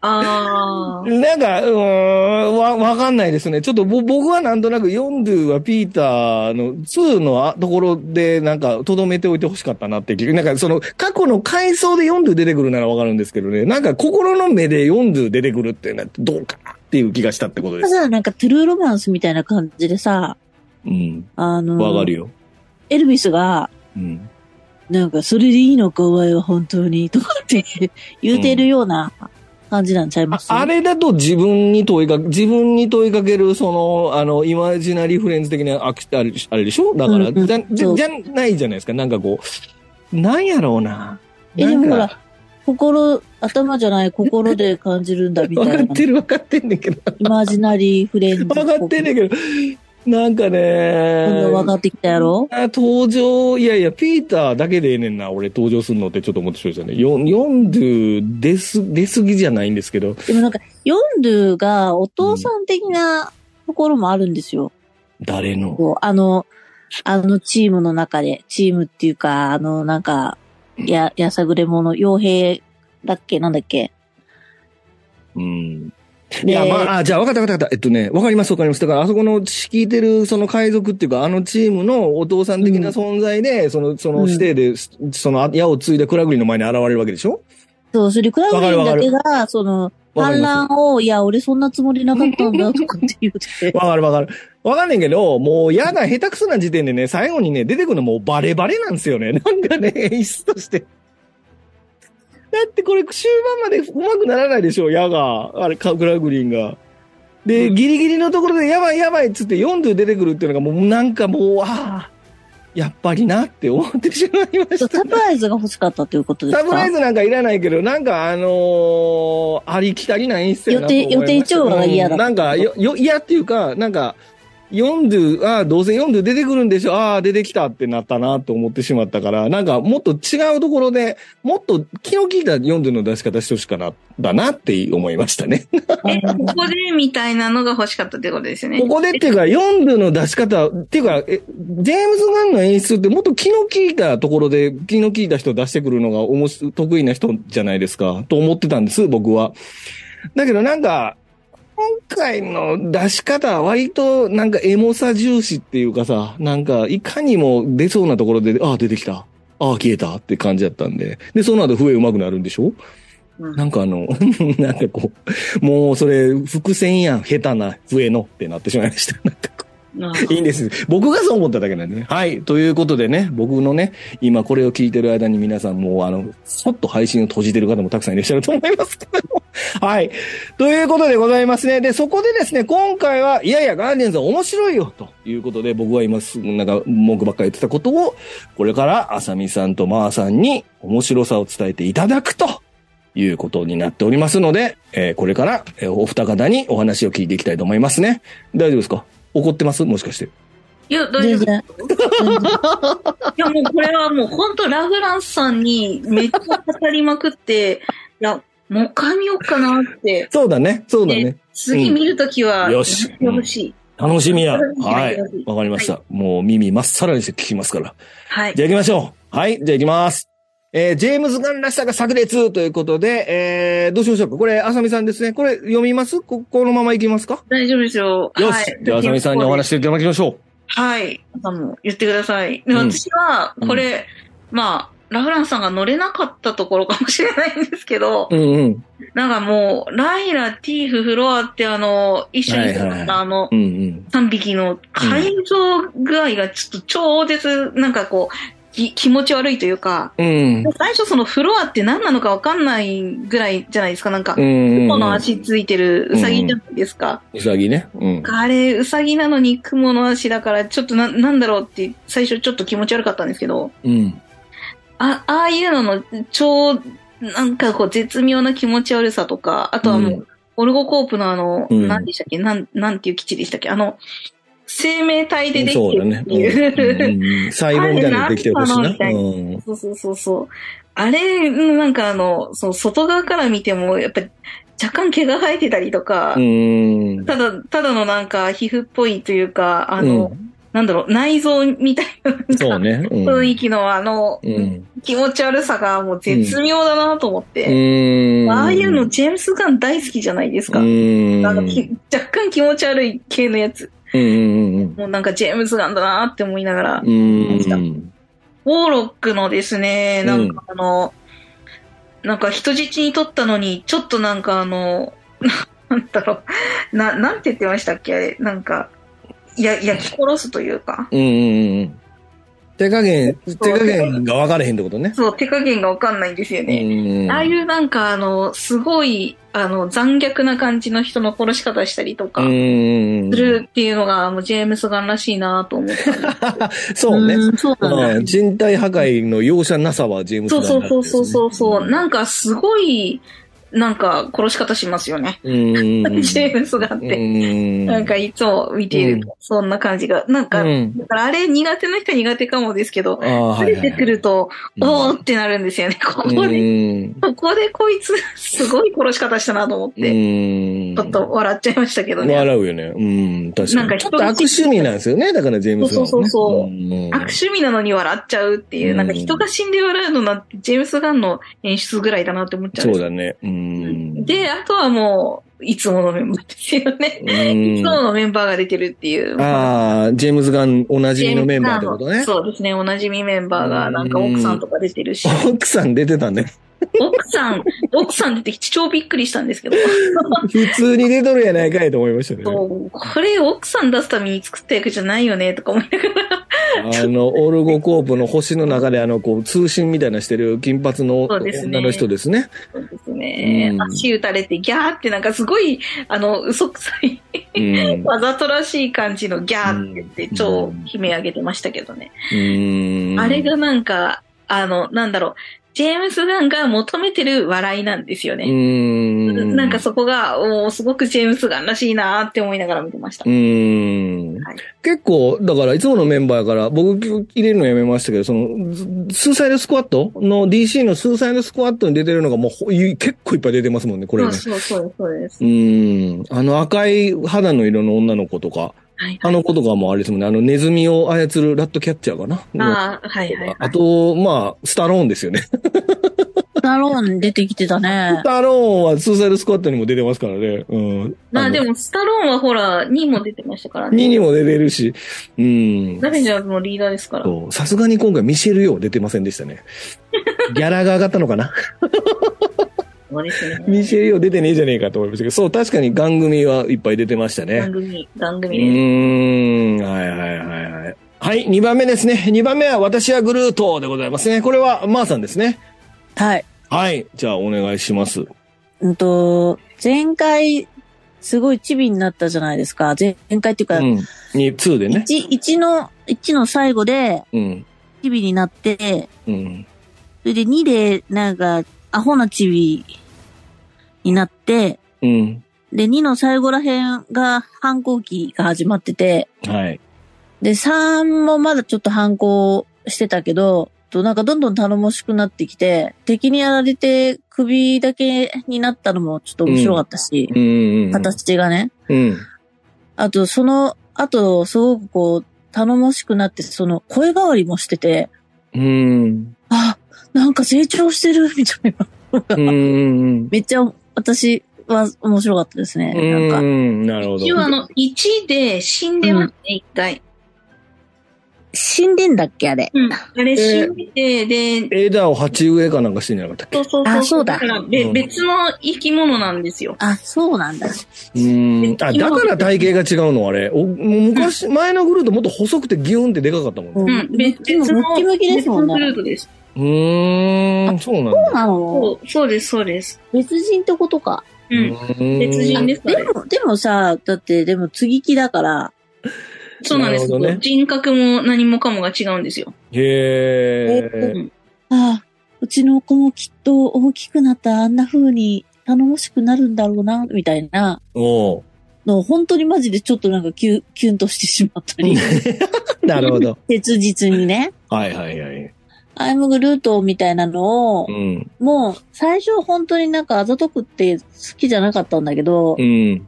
[SPEAKER 2] ああ。
[SPEAKER 1] なんか、うーん、わ、わかんないですね。ちょっとぼ僕はなんとなくヨンドゥはピーターの2のあところでなんかとどめておいてほしかったなっていう。なんかその過去の回想でヨンドゥ出てくるならわかるんですけどね。なんか心の目でヨンドゥ出てくるっていうのはどうかなっていう気がしたってことで
[SPEAKER 3] ろ
[SPEAKER 1] す。
[SPEAKER 3] さ、なんか、トゥルーロマンスみたいな感じでさ、
[SPEAKER 1] うん。
[SPEAKER 3] あの、
[SPEAKER 1] わかるよ。
[SPEAKER 3] エルビスが、
[SPEAKER 1] うん。
[SPEAKER 3] なんか、それでいいのか、お前は本当に、とかって 言うてるような感じなんちゃい
[SPEAKER 1] あ
[SPEAKER 3] ます、
[SPEAKER 1] あれだと自分に問いかけ、自分に問いかける、その、あの、イマジナリーフレンズ的なアクあれあれでしょだから、
[SPEAKER 3] うんうん
[SPEAKER 1] じゃ、じ
[SPEAKER 3] そ
[SPEAKER 1] ゃ
[SPEAKER 3] う
[SPEAKER 1] じゃないじゃないですか。なんかこう、なんやろうな。
[SPEAKER 3] え、
[SPEAKER 1] な
[SPEAKER 3] で
[SPEAKER 1] ん
[SPEAKER 3] も
[SPEAKER 1] か
[SPEAKER 3] ほら、心、頭じゃない、心で感じるんだ、みた
[SPEAKER 1] わか
[SPEAKER 3] い
[SPEAKER 1] っ
[SPEAKER 3] な。
[SPEAKER 1] てるわかってんねん けど。
[SPEAKER 3] イマジナリーフレンズ。
[SPEAKER 1] わかってんねんけど。なんか
[SPEAKER 3] 今度分か
[SPEAKER 1] ね。
[SPEAKER 3] ってきたやろ
[SPEAKER 1] あ登場、いやいや、ピーターだけでええねんな、俺登場するのってちょっと思ってしまいましたね。よ、ヨンドゥ出す、出すぎじゃないんですけど。
[SPEAKER 3] でもなんか、ヨンドゥがお父さん的なところもあるんですよ。
[SPEAKER 1] 誰の
[SPEAKER 3] こう、あの、あのチームの中で、チームっていうか、あの、なんか、や、やさぐれ者、傭兵だっけなんだっけ
[SPEAKER 1] うん。いや、
[SPEAKER 3] ねえ
[SPEAKER 1] まああ、じゃあ分かった分かった分かった。えっとね、分かります分かります。だから、あそこの聞いてる、その海賊っていうか、あのチームのお父さん的な存在で、その、その指定で、その矢を継いでクラグリの前に現れるわけでしょ
[SPEAKER 3] そう、それクラウディンだけが、その、
[SPEAKER 1] わか
[SPEAKER 3] 反
[SPEAKER 1] ります
[SPEAKER 3] 乱を、いや、俺そんなつもりなかったんだ、とかって言って。
[SPEAKER 1] わかるわかる。わかんねんけど、もう嫌な下手くそな時点でね、最後にね、出てくるのもうバレバレなんですよね。なんかね、演出として。だってこれ終盤まで上手くならないでしょ、矢が。あれ、カグラグリーンが。で、ギリギリのところでやばいやばいっつって40出てくるっていうのがもうなんかもう、ああ、やっぱりなって思ってしまいました。
[SPEAKER 3] サプライズが欲しかったということですか
[SPEAKER 1] サプライズなんかいらないけど、なんかあのーありきたりな演出やなと思いました
[SPEAKER 3] 予定予定調和が嫌だ
[SPEAKER 1] うんなんか、よ、よ、嫌っていうか、なんか、40、ああ、どうせ40出てくるんでしょ、ああ、出てきたってなったなと思ってしまったから、なんかもっと違うところで、もっと気の利いた40の出し方してほしかな、だなって思いましたね。
[SPEAKER 2] え、ここでみたいなのが欲しかったってことですよね。
[SPEAKER 1] ここでっていうか、40の出し方、っていうか、えジェームズ・ガンの演出ってもっと気の利いたところで、気の利いた人出してくるのがおもし得意な人じゃないですか、と思ってたんです、僕は。だけどなんか、今回の出し方は割となんかエモさ重視っていうかさ、なんかいかにも出そうなところで、ああ、出てきた。ああ、消えたって感じだったんで。で、その後笛上手くなるんでしょ
[SPEAKER 2] うん
[SPEAKER 1] なんかあの、 なんかこう、もうそれ伏線やん、下手な笛のってなってしまいました。なんかこ
[SPEAKER 2] な
[SPEAKER 1] う いいんです。僕がそう思っただけなんでね。はい。ということでね、僕のね、今これを聞いてる間に皆さんもうあの、そっと配信を閉じてる方もたくさんいらっしゃると思いますけども。 はい。ということでございますね。で、そこでですね、今回は、いやいや、ガーデンさん面白いよ、ということで、僕は今すぐなんか文句ばっかり言ってたことを、これから、あさみさんとまーさんに面白さを伝えていただくと。いうことになっておりますので、えーこれから、えーお二方にお話を聞いていきたいと思いますね。大丈夫ですか怒ってますもしかして。
[SPEAKER 2] いや、大丈
[SPEAKER 3] 全
[SPEAKER 2] 夫。いや、もう
[SPEAKER 3] 然。全然
[SPEAKER 2] これはもう本当ラフランスさんにめっちゃ語りまくって、いや、もう一回見ようかなって。
[SPEAKER 1] そうだね。そうだね。
[SPEAKER 2] 次見るときは、
[SPEAKER 1] うんよし
[SPEAKER 2] やってほしい。
[SPEAKER 1] 楽しみや。
[SPEAKER 2] うん
[SPEAKER 1] はい
[SPEAKER 2] うん。
[SPEAKER 1] わかりました。もう耳まっさらにして聞きますから。
[SPEAKER 2] はい
[SPEAKER 1] じ。ゃあ行きましょう。はい。じゃあ行きます。えージェームズ・ガンらしさが炸裂ということで、えー、どうしましょうかこれ、あさみさんですね。これ、読みますこ、このまま行きますか
[SPEAKER 2] 大丈夫でしょう。
[SPEAKER 1] よ
[SPEAKER 2] は
[SPEAKER 1] し
[SPEAKER 2] い。。
[SPEAKER 1] じゃあ、あさみさんにお話ししていただきましょう。
[SPEAKER 2] はい。あの、言ってください。
[SPEAKER 1] う
[SPEAKER 2] で
[SPEAKER 1] ん
[SPEAKER 2] 私は、これ、まあ、ラフランスさんが乗れなかったところかもしれないんですけど、
[SPEAKER 1] うんうん。
[SPEAKER 2] なんかもう、ライラ、ティーフ、フロアってあの、一緒に撮
[SPEAKER 1] はいはいは
[SPEAKER 2] っ
[SPEAKER 1] い
[SPEAKER 2] たあの
[SPEAKER 1] う、んうん。
[SPEAKER 2] 3匹の改造具合がちょっと超絶、なんかこう、き気持ち悪いというか、
[SPEAKER 1] うん。
[SPEAKER 2] 最初そのフロアって何なのかわかんないぐらいじゃないですか、なんか
[SPEAKER 1] う。ん。
[SPEAKER 2] 雲の。足ついてるウサギじゃないですか。
[SPEAKER 1] うさぎね。うん。
[SPEAKER 2] あれ、ウサギなのに雲の足だから、ちょっとな、なんだろうって、最初ちょっと気持ち悪かったんですけど、
[SPEAKER 1] うん。
[SPEAKER 2] あ、ああいうのの超、なんかこう、絶妙な気持ち悪さとか、あとはもう、
[SPEAKER 1] うん
[SPEAKER 2] オルゴコープのあの、
[SPEAKER 1] うん
[SPEAKER 2] 何でしたっけなん、なんていう基地でしたっけあの、生命体でで
[SPEAKER 1] そ
[SPEAKER 2] き
[SPEAKER 1] う
[SPEAKER 2] て
[SPEAKER 1] だね
[SPEAKER 2] るっていう。
[SPEAKER 1] うんうんうん。細胞みたいなのできてほしい
[SPEAKER 2] あれ
[SPEAKER 1] な
[SPEAKER 2] なん。なの
[SPEAKER 1] うん。
[SPEAKER 2] そうそうそうそう。あれ、なんかあの、そう、外側から見ても、やっぱり若干毛が生えてたりとか、
[SPEAKER 1] うん。
[SPEAKER 2] ただ、ただのなんか皮膚っぽいというか、あの、
[SPEAKER 1] うん
[SPEAKER 2] なんだろう、内臓みたい
[SPEAKER 1] そうね。うん
[SPEAKER 2] な雰囲気のあの、
[SPEAKER 1] うん。
[SPEAKER 2] 気持ち悪さがもう絶妙だなと思って、
[SPEAKER 1] うん。
[SPEAKER 2] ああいうのジェームスガン大好きじゃないですか。
[SPEAKER 1] うん。
[SPEAKER 2] あのき若干気持ち悪い系のやつ。
[SPEAKER 1] うんうんうん
[SPEAKER 2] もうなんかジェームスガンだなって思いながら
[SPEAKER 1] う。ん。
[SPEAKER 2] ウォーロックのですね、なんかあの、なんか人質に取ったのに、ちょっとなんかあの、 なんだろう、な、なんて言ってましたっけあれ、なんか、や、焼き殺すというか、
[SPEAKER 1] うんうんうん。手加減、手加減が分かれへんってことね。
[SPEAKER 2] そう、手加減がわかんないんですよ
[SPEAKER 1] う
[SPEAKER 2] ね。
[SPEAKER 1] ん。
[SPEAKER 2] ああいううなんかあの、すごい、あの、残虐な感じの人の殺し方したりとか、
[SPEAKER 1] ん
[SPEAKER 2] す。るっていうのが、もうジェームスガンらしいなと思ったんで。
[SPEAKER 1] そうね。
[SPEAKER 3] うんそうなんだ。
[SPEAKER 1] うん人体破壊の容赦なさはジェームズ
[SPEAKER 2] そ
[SPEAKER 1] ガ
[SPEAKER 2] う
[SPEAKER 1] ン
[SPEAKER 2] そうそうそうそうそう、
[SPEAKER 1] ん
[SPEAKER 2] なんかすごい、なんか殺し方しますよね。
[SPEAKER 1] うんうんうん。
[SPEAKER 2] ジェームスがあって、
[SPEAKER 1] うん。
[SPEAKER 2] なんかいつも見ている、
[SPEAKER 1] うん
[SPEAKER 2] そんな感じが。なんか、
[SPEAKER 1] うん。
[SPEAKER 2] だからあれ苦手な人苦手かもですけど、
[SPEAKER 1] ああ、は
[SPEAKER 2] 慣
[SPEAKER 1] い
[SPEAKER 2] れ
[SPEAKER 1] はい。
[SPEAKER 2] てくると、お ーってなるんですよね。ここで、
[SPEAKER 1] うん。
[SPEAKER 2] ここでこいつ、すごい殺し方したなと思って、
[SPEAKER 1] うん
[SPEAKER 2] ちょっと笑っちゃいましたけどね。
[SPEAKER 1] 笑うよね。うん、確か
[SPEAKER 2] なんか
[SPEAKER 1] に。ちょ
[SPEAKER 2] 人
[SPEAKER 1] っと悪趣味なんですよね、だからジェームズガンはね。
[SPEAKER 2] そうそうそう悪
[SPEAKER 1] ん
[SPEAKER 2] 趣味なのに笑っちゃうっていう、
[SPEAKER 1] うん
[SPEAKER 2] なんか人が死んで笑うのなんて、ジェームス・ガンの演出ぐらいだなって思っちゃうん
[SPEAKER 1] そう
[SPEAKER 2] です
[SPEAKER 1] だね。うん。
[SPEAKER 2] で、あとはもう、いつものメンバーですよね。
[SPEAKER 1] うん
[SPEAKER 2] いつものメンバーが出てるっていう。
[SPEAKER 1] ああ、ジェームズ・ガンおなじみのメンバーってこと
[SPEAKER 2] ジェーム
[SPEAKER 1] ね
[SPEAKER 2] ズ。ガンのそうですね、おなじみメンバーが、なんか奥さんとか出てるし。
[SPEAKER 1] 奥さん出てたね。
[SPEAKER 2] 奥さん、奥さん出てきて超びっくりしたんですけど。
[SPEAKER 1] 普通に出とるやないかいと思いましたね。
[SPEAKER 2] そうこれ奥さん出すために作った役じゃないよね、とか思いながら。
[SPEAKER 1] あの、オルゴコープの星の中で、あの、こう、通信みたいなしてる金髪の
[SPEAKER 2] そうですね
[SPEAKER 1] 女の人ですね。
[SPEAKER 2] そうですね。
[SPEAKER 1] うん
[SPEAKER 2] 足打たれてギャーってなんかすごい、あの、嘘くさい、
[SPEAKER 1] うん。
[SPEAKER 2] わざとらしい感じのギャーって言って超悲鳴上げてましたけどね。
[SPEAKER 1] うん
[SPEAKER 2] あれがなんか、あの、なんだろう、ジェームス・ガンが求めてる笑いなんですよ
[SPEAKER 1] う
[SPEAKER 2] ね。
[SPEAKER 1] ん。
[SPEAKER 2] なんかそこが、おーすごくジェームス・ガンらしいなーって思いながら見てました
[SPEAKER 1] う。ーん
[SPEAKER 2] はい
[SPEAKER 1] 結構、だから、いつものメンバーやから、僕入れるのやめましたけど、その、スーサイドスクワットの DC のスーサイドスクワットに出てるのがもうほい結構いっぱい出てますもんね、これね。
[SPEAKER 2] そうそうそうそうです
[SPEAKER 1] う。ーん。あの赤い肌の色の女の子とか、
[SPEAKER 2] はい
[SPEAKER 1] あの子とかもあれですもんね、あのネズミを操るラットキャッチャーかな。の
[SPEAKER 2] ああ、はいはい。
[SPEAKER 1] あと、まあ、スタローンですよね。
[SPEAKER 3] ダローン出てきてたね
[SPEAKER 1] ス。タローンはスーサイドスクワットにも出てますからね。うん。
[SPEAKER 2] まあで
[SPEAKER 1] も。
[SPEAKER 2] も、スタローンはほら、2も出てましたからね。
[SPEAKER 1] 2にも出てるし、うん。
[SPEAKER 2] ダメージャーズのリーダーですから。
[SPEAKER 1] そうさすがに今回ミシェル・ヨー出てませんでしたね。ギャラが上がったのかな
[SPEAKER 2] そうですね。
[SPEAKER 1] ミシェル・ヨー出てねえじゃねえかと思いましたけど、そう、確かに番組はいっぱい出てましたね
[SPEAKER 2] 番。組、番
[SPEAKER 1] う
[SPEAKER 2] 組です。
[SPEAKER 1] ーん、はいはいはいはい。はい、2番目ですね。2番目は私はグルートでございますね。これはマーさんですね。
[SPEAKER 3] はい。
[SPEAKER 1] はい、じゃあお願いします。
[SPEAKER 3] うんと、前回、すごいチビになったじゃないですか。前前回って
[SPEAKER 1] う
[SPEAKER 3] いうか、
[SPEAKER 1] ん、に2でね。
[SPEAKER 3] 一一の、一の最後で、
[SPEAKER 1] うん、
[SPEAKER 3] チビになって、
[SPEAKER 1] うん、
[SPEAKER 3] それで2で、なんか、アホなチビになって、
[SPEAKER 1] うん、
[SPEAKER 3] で、2の最後ら辺が反抗期が始まってて、
[SPEAKER 1] はい。
[SPEAKER 3] で、3もまだちょっと反抗してたけど、となんかどんどん頼もしくなってきて、敵にやられて首だけになったのもちょっと面白かったし、
[SPEAKER 1] うん、うん。
[SPEAKER 3] 形がね。
[SPEAKER 1] うん、
[SPEAKER 3] あと、その後、すごくこう、頼もしくなって、その、声変わりもしてて、
[SPEAKER 1] うん、
[SPEAKER 3] あ、なんか成長してる、 みたいな。
[SPEAKER 1] うん。
[SPEAKER 3] めっちゃ、私は面白かったですね。な
[SPEAKER 1] うん
[SPEAKER 3] か、
[SPEAKER 1] ん、なるほど。
[SPEAKER 2] 一応あの、1で死んでますね、一回。
[SPEAKER 3] 死んでんだっけ、あれ。
[SPEAKER 2] うん。あれ死んでて、で、
[SPEAKER 1] 枝を鉢植えかなんかしてんじゃなかったっけ
[SPEAKER 2] そうそうそう。
[SPEAKER 3] あそうだ
[SPEAKER 2] からべ
[SPEAKER 1] うん
[SPEAKER 2] 別の生き物なんですよ。
[SPEAKER 3] あ、そうなんだ。
[SPEAKER 1] うーん。あ、だから体型が違うの、あれ。おもう昔、前のグルートもっと細くてギュンってでかかったもんね。
[SPEAKER 2] う。
[SPEAKER 3] うんん
[SPEAKER 2] 別
[SPEAKER 3] でも
[SPEAKER 2] 別の、
[SPEAKER 3] ムキムキですもん
[SPEAKER 2] 別の
[SPEAKER 3] ね
[SPEAKER 2] グループです。
[SPEAKER 1] うーん、そうなん
[SPEAKER 3] そう
[SPEAKER 1] だ。
[SPEAKER 3] なの
[SPEAKER 2] そう、そうです、そうです。
[SPEAKER 3] 別人ってことか。
[SPEAKER 2] うん。
[SPEAKER 1] ん
[SPEAKER 2] 別人ですから
[SPEAKER 3] でも、でもさ、だって、でも、継ぎ木だから、
[SPEAKER 2] そうなんです
[SPEAKER 1] なるほどね
[SPEAKER 2] 人格も何もかもが違うんですよ。
[SPEAKER 1] へえ。
[SPEAKER 2] うん
[SPEAKER 3] ああ、うちの子もきっと大きくなったらあんな風に頼もしくなるんだろうな、みたいな
[SPEAKER 1] おう
[SPEAKER 3] のを本当にマジでちょっとなんかキュンキュンとしてしまったり、
[SPEAKER 1] なるほど。
[SPEAKER 3] 切実にね。
[SPEAKER 1] はいはいはい。
[SPEAKER 3] アイムグルートみたいなのを
[SPEAKER 1] う、ん。
[SPEAKER 3] もう最初本当になんかあざとくって好きじゃなかったんだけど、
[SPEAKER 1] うん。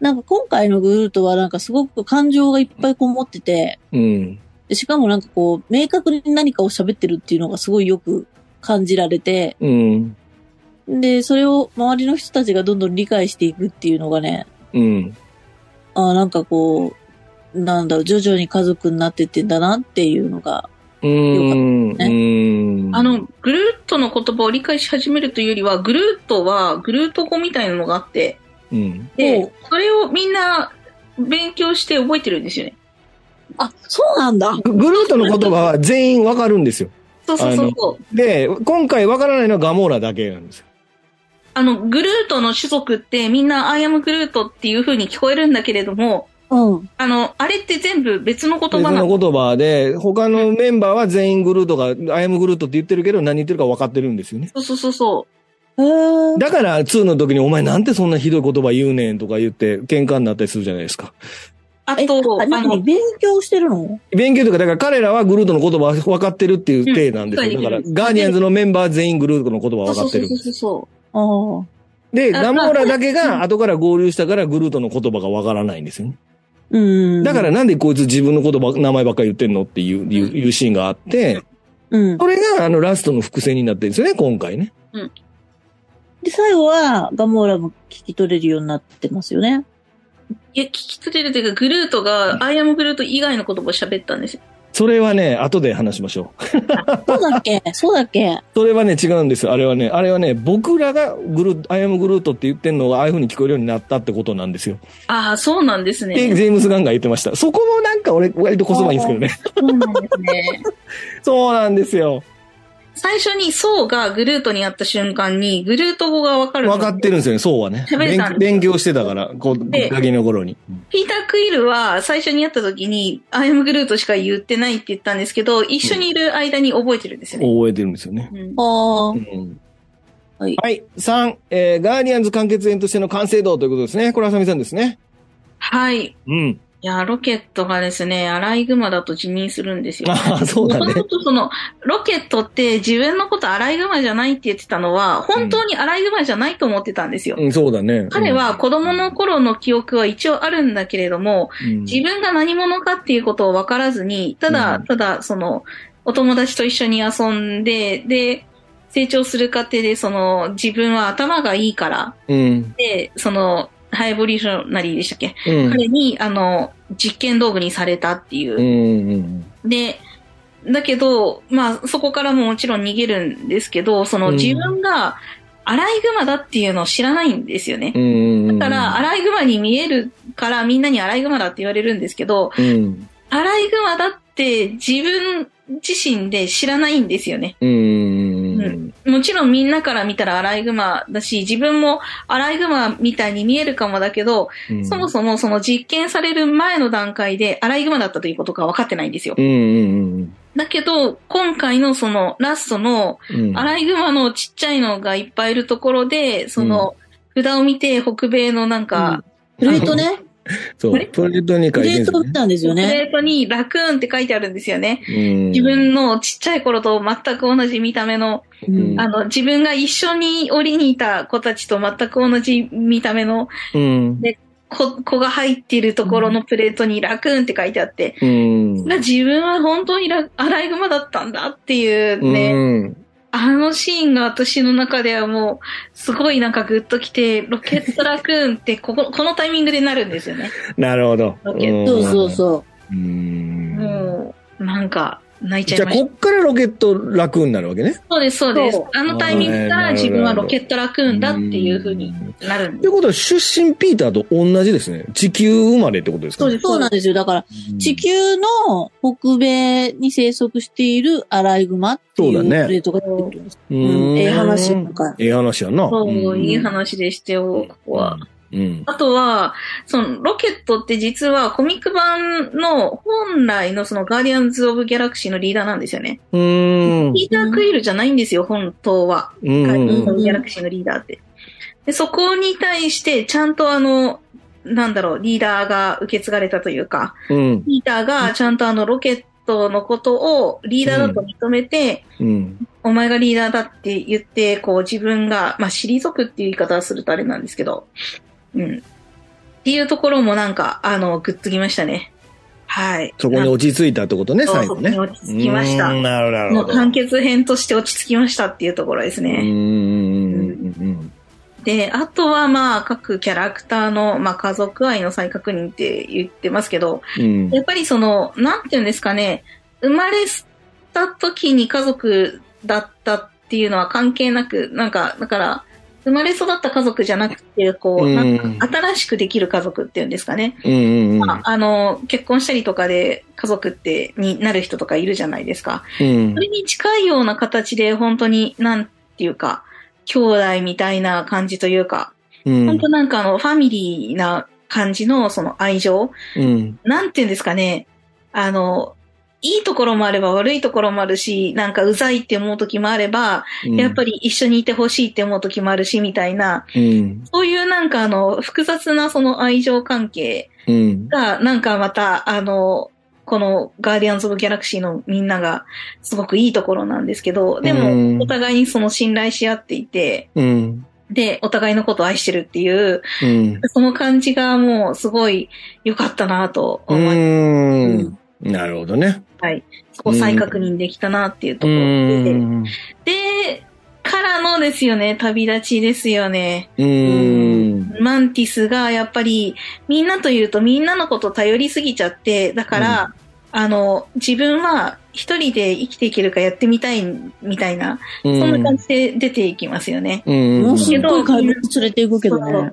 [SPEAKER 3] なんか今回のグルートはなんかすごく感情がいっぱいこもってて、
[SPEAKER 1] うん。
[SPEAKER 3] でしかもなんかこう、明確に何かを喋ってるっていうのがすごいよく感じられて、
[SPEAKER 1] うん。
[SPEAKER 3] で、それを周りの人たちがどんどん理解していくっていうのがね、
[SPEAKER 1] うん。
[SPEAKER 3] あなんかこう、なんだろう、徐々に家族になってってんだなっていうのが、
[SPEAKER 1] うーん。うん。
[SPEAKER 2] あの、グルートの言葉を理解し始めるというよりは、グルートはグルート語みたいなのがあって、
[SPEAKER 1] うん。
[SPEAKER 3] お
[SPEAKER 2] で
[SPEAKER 3] う、
[SPEAKER 2] それをみんな勉強して覚えてるんですよね。
[SPEAKER 3] あ、そうなんだ
[SPEAKER 1] ググルートの言葉は全員わかるんですよ。
[SPEAKER 2] そうそうそうそう。
[SPEAKER 1] で、今回わからないのはガモーラだけなんですよ。
[SPEAKER 2] あの、グルートの種族ってみんな、アイアムグルートっていう風に聞こえるんだけれども、
[SPEAKER 3] うん。
[SPEAKER 2] あの、あれって全部別の言
[SPEAKER 1] 別
[SPEAKER 2] 葉な
[SPEAKER 1] の
[SPEAKER 2] の。
[SPEAKER 1] 言葉で、他のメンバーは全員グルートが、アイムグルートって言ってるけど、何言ってるか分かってるんですよね。
[SPEAKER 2] そうそうそうそ
[SPEAKER 3] へー
[SPEAKER 1] だから、2の時に、お前なんてそんなひどい言葉言うねんとか言って、喧嘩になったりするじゃないですか。
[SPEAKER 2] う。あ
[SPEAKER 3] え、
[SPEAKER 2] と、あ
[SPEAKER 3] あ何
[SPEAKER 2] の、
[SPEAKER 3] 勉強してるの
[SPEAKER 1] 勉強というか、だから彼らはグルートの言葉は分かってるっていう体なんですよ。
[SPEAKER 2] うん
[SPEAKER 1] だから、ガーディアンズのメンバーは全員グルートの言葉は分
[SPEAKER 2] そ
[SPEAKER 1] か
[SPEAKER 2] う
[SPEAKER 1] って
[SPEAKER 2] そ
[SPEAKER 1] る
[SPEAKER 2] うそ。うそうそ
[SPEAKER 3] ああ。
[SPEAKER 1] で、
[SPEAKER 2] あ
[SPEAKER 1] ガモーラだけが後から合流したから、グルートの言葉が分からないんですよね。
[SPEAKER 3] うん。
[SPEAKER 1] だから、なんでこいつ自分の言葉、名前ばっかり言ってんのっていう、いういうシーンがあって、
[SPEAKER 3] うん。
[SPEAKER 1] それがあのラストの伏線になってるんですよね、今回ね。
[SPEAKER 3] で、最後は、ガモーラも聞き取れるようになってますよね。
[SPEAKER 2] う。いや、聞き取れるというか、グルートが、アイアムグルート以外の言葉を喋ったんですよ。
[SPEAKER 1] それはね、後で話しましょう。
[SPEAKER 3] そうだっけそうだっけ
[SPEAKER 1] それはね、違うんですよ。あれはね、あれはね、僕らがグルーアイアムグルートって言ってんのが、ああいう風に聞こえるようになったってことなんですよ。
[SPEAKER 2] ああ、そうなんです
[SPEAKER 1] で、
[SPEAKER 2] ね。
[SPEAKER 1] ジェームス・ガンが言ってました。そこもなんか俺、割とこそばいいんですけどね。
[SPEAKER 2] そうなんですね。
[SPEAKER 1] そうなんですよ。
[SPEAKER 2] 最初にソウがグルートに会った瞬間に、グルート語がわかる。
[SPEAKER 1] 分かってるんですよね、そうはね。
[SPEAKER 2] 喋れたん
[SPEAKER 1] 勉
[SPEAKER 2] です
[SPEAKER 1] 勉強してたから、こう、
[SPEAKER 2] で
[SPEAKER 1] ガキの頃に。
[SPEAKER 2] ピーター・クイルは最初に会った時に、アイアムグルートしか言ってないって言ったんですけど、一緒にいる間に覚えてるんですよね。
[SPEAKER 1] 覚えてるんですよね。
[SPEAKER 2] うん
[SPEAKER 3] ああ
[SPEAKER 1] う、ん
[SPEAKER 3] はい
[SPEAKER 1] はい。3、えー、ガーディアンズ完結編としての完成度ということですね。これはさみさんですね。
[SPEAKER 2] はい。い
[SPEAKER 1] うん。
[SPEAKER 2] や、ロケットがですね、アライグマだと辞任するんです よ。
[SPEAKER 1] ああ、そうだ
[SPEAKER 2] もと
[SPEAKER 1] ね
[SPEAKER 2] も。とその、ロケットって自分のことアライグマじゃないって言ってたのは、本当にアライグマじゃないと思ってたんですよ。
[SPEAKER 1] うん、そうだね。
[SPEAKER 2] 彼は子供の頃の記憶は一応あるんだけれども、
[SPEAKER 1] うん、うん
[SPEAKER 2] 自分が何者かっていうことを分からずに、ただ、
[SPEAKER 1] うん
[SPEAKER 2] ただ、その、お友達と一緒に遊んで、で、成長する過程で、その、自分は頭がいいから、
[SPEAKER 1] うん。
[SPEAKER 2] で、その、ハイボリューショナリーでしたっけ、
[SPEAKER 1] うん。
[SPEAKER 2] 彼に、あの、実験道具にされたっていう
[SPEAKER 1] うん。うん。
[SPEAKER 2] で、だけど、まあ、そこからももちろん逃げるんですけど、その
[SPEAKER 1] うん
[SPEAKER 2] 自分がアライグマだっていうのを知らないんですよね
[SPEAKER 1] う。ん。うん
[SPEAKER 2] だから、ア、ライグマに見えるからみんなにアライグマだって言われるんですけど、
[SPEAKER 1] うん。
[SPEAKER 2] アライグマだって自分自身で知らないんですよね。
[SPEAKER 1] うんうん。
[SPEAKER 2] もちろんみんなから見たらアライグマだし、自分もアライグマみたいに見えるかもだけど、
[SPEAKER 1] うん。
[SPEAKER 2] そもそもその実験される前の段階でアライグマだったということが分かってないんですよ。
[SPEAKER 1] うんうん
[SPEAKER 2] だけど、今回のそのラストの
[SPEAKER 1] うんうん。
[SPEAKER 2] アライグマのちっちゃいのがいっぱいいるところで、その札を見て北米のなんか、
[SPEAKER 3] プレートね。
[SPEAKER 1] そう
[SPEAKER 2] これ。
[SPEAKER 1] プレートに書
[SPEAKER 3] プ
[SPEAKER 1] いてるんで
[SPEAKER 3] レー
[SPEAKER 1] す
[SPEAKER 3] ト
[SPEAKER 1] よ
[SPEAKER 3] 打っ
[SPEAKER 1] ね。
[SPEAKER 3] たんですよ
[SPEAKER 2] プ
[SPEAKER 3] ね。
[SPEAKER 2] レートにラクーンって書いてあるんですよね。
[SPEAKER 1] 自
[SPEAKER 2] 自分のちっちゃい頃と全く同じ見た目の、
[SPEAKER 1] うん
[SPEAKER 2] あの、自分が一緒に檻にいた子たちと全く同じ見た目の
[SPEAKER 1] うん。
[SPEAKER 2] 子子が入っているところのプレートにラクーンって書いてあって、
[SPEAKER 1] うん。
[SPEAKER 2] が自分は本当にラアライグマだったんだっていうね、
[SPEAKER 1] うん。
[SPEAKER 2] あのシーンが私の中ではもう、すごいなんかグッときて、ロケットラクーンってここ、このタイミングでなるんですよね。
[SPEAKER 1] なるほど。
[SPEAKER 2] ロケッ
[SPEAKER 3] そうそうそう。
[SPEAKER 1] うん。うん。
[SPEAKER 2] もう、なんか、泣いちゃ
[SPEAKER 1] じ
[SPEAKER 2] い
[SPEAKER 1] ゃあ、
[SPEAKER 2] まし
[SPEAKER 1] こ
[SPEAKER 2] た。
[SPEAKER 1] っからロケット楽になるわけね。
[SPEAKER 2] そうです、そうです
[SPEAKER 3] そう。
[SPEAKER 2] あのタイミングか
[SPEAKER 1] あー
[SPEAKER 2] ら
[SPEAKER 1] なるほど
[SPEAKER 2] 自分はロケットラクーンだっていう風に
[SPEAKER 1] ん
[SPEAKER 2] なるん
[SPEAKER 1] とい
[SPEAKER 2] で
[SPEAKER 1] うことは、出身ピーターと同じですね。地球生まれってことですか
[SPEAKER 2] そう
[SPEAKER 1] ね
[SPEAKER 2] です
[SPEAKER 3] そうなんですよ。だから、
[SPEAKER 1] うん
[SPEAKER 3] 地球の北米に生息しているアライグマっていう
[SPEAKER 1] そうだね
[SPEAKER 3] プレートが出てるんです。
[SPEAKER 1] う
[SPEAKER 3] うん
[SPEAKER 1] ん。
[SPEAKER 3] ええ話なんか
[SPEAKER 1] ええ話やんな。
[SPEAKER 2] す。そう、
[SPEAKER 1] ん
[SPEAKER 2] いい話でしたよ、ここは。。
[SPEAKER 1] うん。
[SPEAKER 2] あとは、その、ロケットって実はコミック版の本来のそのガーディアンズ・オブ・ギャラクシーのリーダーなんですよね。
[SPEAKER 1] うん。
[SPEAKER 2] ピーター・クイルじゃないんですよ、本当は。
[SPEAKER 1] うん
[SPEAKER 2] はい
[SPEAKER 1] うん
[SPEAKER 2] ギャラクシーのリーダーって。で、そこに対して、ちゃんとあの、なんだろう、リーダーが受け継がれたというか、
[SPEAKER 1] うん。
[SPEAKER 2] リーダーがちゃんとあの、ロケットのことをリーダーだと認めて、
[SPEAKER 1] うん。
[SPEAKER 2] お前がリーダーだって言って、こう自分が、まあ、退くっていう言い方をするとあれなんですけど、うん。っていうところもなんか、あの、グッときましたね。はい。
[SPEAKER 1] そこに落ち着いたってことね、
[SPEAKER 2] そう
[SPEAKER 1] 最後ね。
[SPEAKER 2] そこに落ち着きました
[SPEAKER 1] うんなるほどなる
[SPEAKER 2] も
[SPEAKER 1] ほ
[SPEAKER 2] う
[SPEAKER 1] ど。
[SPEAKER 2] 完結編として落ち着きましたっていうところですね。
[SPEAKER 1] うんうんうん
[SPEAKER 2] で、あとはまあ各キャラクターの、まあ、家族愛の再確認って言ってますけど、
[SPEAKER 1] うん
[SPEAKER 2] やっぱりその、なんていうんですかね、生まれた時に家族だったっていうのは関係なく、なんか、だから、生まれ育った家族じゃなくて、こ
[SPEAKER 1] う
[SPEAKER 2] う、
[SPEAKER 1] ん
[SPEAKER 2] なんか新しくできる家族っていうんですかね。
[SPEAKER 1] うんうんうん
[SPEAKER 2] まああの、結婚したりとかで家族って、になる人とかいるじゃないですか。
[SPEAKER 1] うん
[SPEAKER 2] それに近いような形で、本当に、なんていうか、兄弟みたいな感じというか、
[SPEAKER 1] うん
[SPEAKER 2] 本当なんかあの、ファミリーな感じの、その愛情、
[SPEAKER 1] うん
[SPEAKER 2] なんていうんですかね、あの、いいところもあれば悪いところもあるし、なんかうざいって思う時もあれば、
[SPEAKER 1] うん
[SPEAKER 2] やっぱり一緒にいてほしいって思う時もあるし、みたいな、
[SPEAKER 1] うん
[SPEAKER 2] そういうなんかあの、複雑なその愛情関係
[SPEAKER 1] うん
[SPEAKER 2] が、なんかまた、あの、このガーディアンズ・オブ・ギャラクシーのみんながすごくいいところなんですけど、で
[SPEAKER 1] うん
[SPEAKER 2] も、お互いにその信頼し合っていて、
[SPEAKER 1] うん
[SPEAKER 2] で、お互いのことを愛してるっていう、
[SPEAKER 1] うん
[SPEAKER 2] その感じがもうすごい良かったなと
[SPEAKER 1] う
[SPEAKER 2] 思い、
[SPEAKER 1] んなるほどね。
[SPEAKER 2] はい。そこを再確認できたなっていうと
[SPEAKER 1] う
[SPEAKER 2] ころで、
[SPEAKER 1] ん
[SPEAKER 2] で、からのですよね、旅立ちですよね。
[SPEAKER 1] うん
[SPEAKER 2] マンティスがやっぱりみんなというとみんなのこと頼りすぎちゃって、だから、あの、自分は一人で生きていけるかやってみたいみたいな、
[SPEAKER 1] うん
[SPEAKER 2] そんな感じで出ていきます よね。
[SPEAKER 1] うん。
[SPEAKER 3] もうす
[SPEAKER 2] け
[SPEAKER 3] っ
[SPEAKER 2] ど
[SPEAKER 3] ごい買い物連れて行くけどね。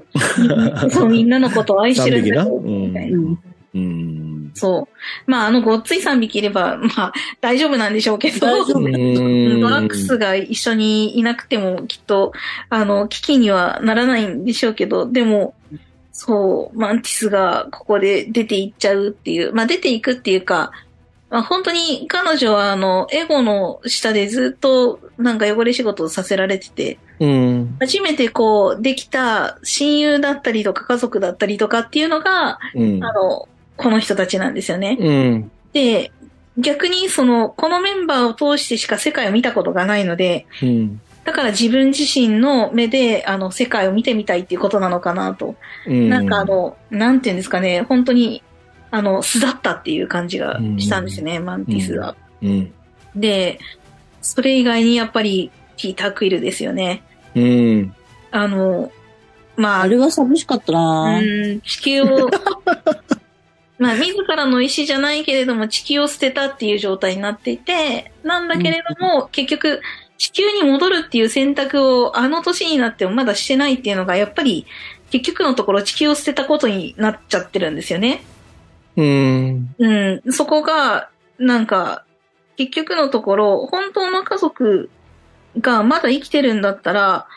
[SPEAKER 2] そうそう、みんなのことを愛してるんだよ
[SPEAKER 1] 三匹なうん
[SPEAKER 2] みたいな
[SPEAKER 3] うん。
[SPEAKER 1] うん。
[SPEAKER 2] そう。まあ、あの、ごっつい3匹いれば、まあ、大丈夫なんでしょうけど、
[SPEAKER 3] 大丈夫
[SPEAKER 1] うん
[SPEAKER 2] ドラッグスが一緒にいなくても、きっと、あの、危機にはならないんでしょうけど、でも、そう、マンティスがここで出ていっちゃうっていう、まあ、出ていくっていうか、まあ、本当に彼女は、あの、エゴの下でずっと、なんか汚れ仕事をさせられてて、
[SPEAKER 1] うん。
[SPEAKER 2] 初めてこう、できた親友だったりとか家族だったりとかっていうのが、
[SPEAKER 1] うん。
[SPEAKER 2] あの、この人たちなんですよね。
[SPEAKER 1] うん。
[SPEAKER 2] で、逆にその、このメンバーを通してしか世界を見たことがないので、
[SPEAKER 1] うん。
[SPEAKER 2] だから自分自身の目で、あの、世界を見てみたいっていうことなのかなと。
[SPEAKER 1] うん。
[SPEAKER 2] なんかあの、なんていうんですかね、本当に、あの、巣だったっていう感じがしたんですね、マンティスが。
[SPEAKER 1] うん。
[SPEAKER 2] で、それ以外にやっぱり、ピーター・クイルですよね。
[SPEAKER 1] うん。
[SPEAKER 2] あの、まあ、
[SPEAKER 3] あれは寂しかったな
[SPEAKER 2] うん、地球を、 まあ、自らの意思じゃないけれども、地球を捨てたっていう状態になっていて、なんだけれども、結局、地球に戻るっていう選択をあの年になってもまだしてないっていうのが、やっぱり、結局のところ地球を捨てたことになっちゃってるんですよね。
[SPEAKER 1] うん。
[SPEAKER 2] うん、そこが、なんか、結局のところ、本当の家族がまだ生きてるんだったら、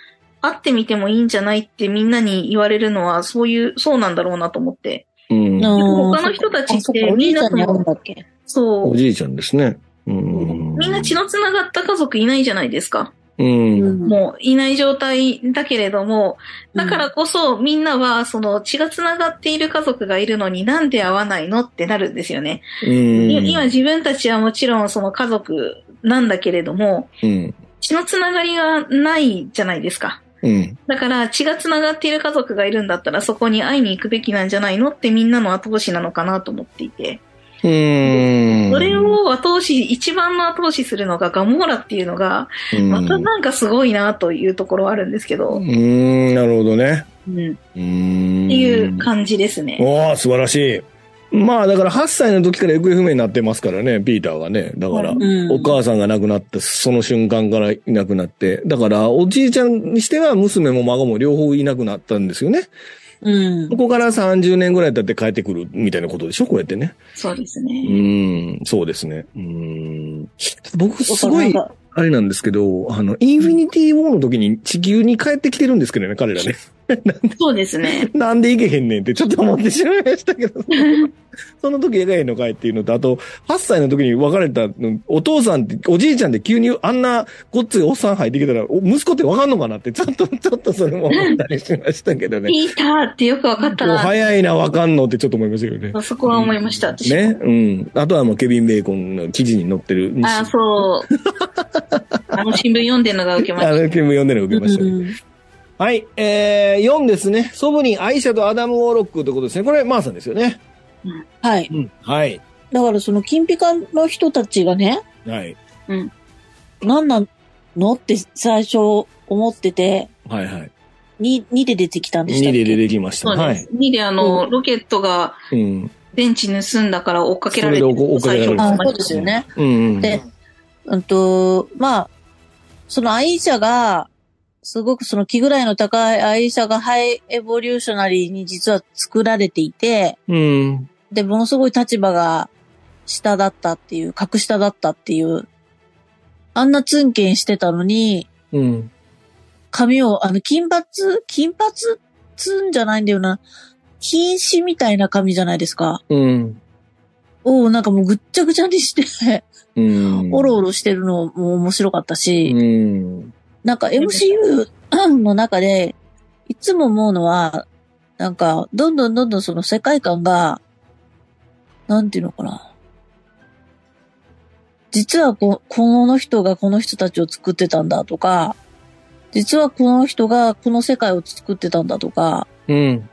[SPEAKER 2] 会ってみてもいいんじゃないってみんなに言われるのは、そういう、そうなんだろうなと思って。
[SPEAKER 1] うん。
[SPEAKER 3] うん
[SPEAKER 2] 他の人たちって
[SPEAKER 3] あそかお兄ちゃんに会うんだっけ
[SPEAKER 2] そ
[SPEAKER 1] お
[SPEAKER 2] う。
[SPEAKER 1] じいちゃんですね。うん。
[SPEAKER 2] みんな血の繋がった家族いないじゃないですか。
[SPEAKER 1] うん。
[SPEAKER 3] も
[SPEAKER 2] もういない状態だけれども、だからこそみんなはその血が繋がっている家族がいるのになんで会わないのってなるんですよね。
[SPEAKER 1] うん。
[SPEAKER 2] い今自分たちはもちろんその家族なんだけれども、
[SPEAKER 1] うん。
[SPEAKER 2] 血のつながりがないじゃないですか。
[SPEAKER 1] うん。
[SPEAKER 2] だから血がつながっている家族がいるんだったらそこに会いに行くべきなんじゃないのってみんなの後押しなのかなと思っていて。
[SPEAKER 1] うん。
[SPEAKER 2] それ、を後押し、一番の後押しするのがガモーラっていうのが、
[SPEAKER 1] うん、
[SPEAKER 2] またなんかすごいなというところはあるんですけ
[SPEAKER 1] う
[SPEAKER 2] ど、
[SPEAKER 1] ん、なるほどね。
[SPEAKER 2] うん、っ
[SPEAKER 1] うん。
[SPEAKER 2] ていう感じですね。
[SPEAKER 1] おー素晴らしい。まあだから8歳の時から行方不明になってますからね、ピーターがね。だから、
[SPEAKER 3] うん
[SPEAKER 1] お母さんが亡くなったその瞬間からいなくなって。だから、おじいちゃんにしては娘も孫も両方いなくなったんですよね。
[SPEAKER 3] うん
[SPEAKER 1] こ。こから30年ぐらい経って帰ってくるみたいなことでしょ、こうやってね。
[SPEAKER 2] そうです
[SPEAKER 1] う
[SPEAKER 2] ね。
[SPEAKER 1] ん、そうですね。うん。僕すご
[SPEAKER 3] なん
[SPEAKER 1] い、
[SPEAKER 3] か
[SPEAKER 1] あれなんですけど、あの、インフィニティウォーの時に地球に帰ってきてるんですけどね、彼らね。
[SPEAKER 2] そうですね。
[SPEAKER 1] なんでいけへんねんってちょっと思ってしまいましたけ ど。その時描いのかいっていうのと、あと、8歳の時に別れたの、お父さんって、おじいちゃんって急にあんなごっついおっさん入ってきたら、お息子ってわかんのかなって、ちょっと、 ちょっとそれも思ったりしましたけど ね。
[SPEAKER 2] ピーターってよくわかっ
[SPEAKER 1] も
[SPEAKER 2] た
[SPEAKER 1] う
[SPEAKER 2] な。
[SPEAKER 1] 早いな、わかんのってちょっと思いましたけどね。
[SPEAKER 2] そこは思いました、私。
[SPEAKER 1] ね。うん。あとはもうケビン・ベーコンの記事に載ってる。
[SPEAKER 2] ああ、そう。あの新聞読んでるのが受けま
[SPEAKER 1] あの、
[SPEAKER 2] し
[SPEAKER 1] 新聞読んでるの受けました
[SPEAKER 3] う
[SPEAKER 1] ね。
[SPEAKER 3] ん
[SPEAKER 1] はい。えー、4ですね。祖母にアイシャとアダム・ウォーロックということですね。これ、マーさんですよね。
[SPEAKER 3] はい。
[SPEAKER 1] うん。はい。
[SPEAKER 3] だからその金ピカの人たちがね、
[SPEAKER 1] はい。
[SPEAKER 3] 何なのって最初思ってて、
[SPEAKER 1] はいはい。
[SPEAKER 3] に、2で出てきたんでした
[SPEAKER 1] 2
[SPEAKER 3] っけ
[SPEAKER 1] で出てきました。
[SPEAKER 2] た。そう
[SPEAKER 1] は
[SPEAKER 2] で
[SPEAKER 1] い
[SPEAKER 2] す。。2であの、ロケットが
[SPEAKER 1] うん。
[SPEAKER 2] 電池盗んだから追っかけられて
[SPEAKER 1] それで追っかけられる
[SPEAKER 3] あそうですよね。
[SPEAKER 1] うんうん。
[SPEAKER 3] で、うんと、まあ、そのアイシャが、すごくその気ぐらいの高いアイシャがハイエボリューショナリーに実は作られていて、
[SPEAKER 1] うん。
[SPEAKER 3] で、ものすごい立場が下だったっていう、格下だったっていう、あんなツンケンしてたのに、
[SPEAKER 1] うん。
[SPEAKER 3] 髪を、あの、金髪金髪ツンじゃないんだよな。禁止みたいな髪じゃないですか。
[SPEAKER 1] うん。
[SPEAKER 3] をなんかもうぐっちゃぐちゃにして、
[SPEAKER 1] うん。
[SPEAKER 3] おろおろしてるのも面白かったし、
[SPEAKER 1] うん。
[SPEAKER 3] なんか MCU の中で、いつも思うのは、なんか、どんどんどんどんその世界観が、なんていうのかな。実はこ、この人がこの人たちを作ってたんだとか、実はこの人がこの世界を作ってたんだとか、
[SPEAKER 1] うん。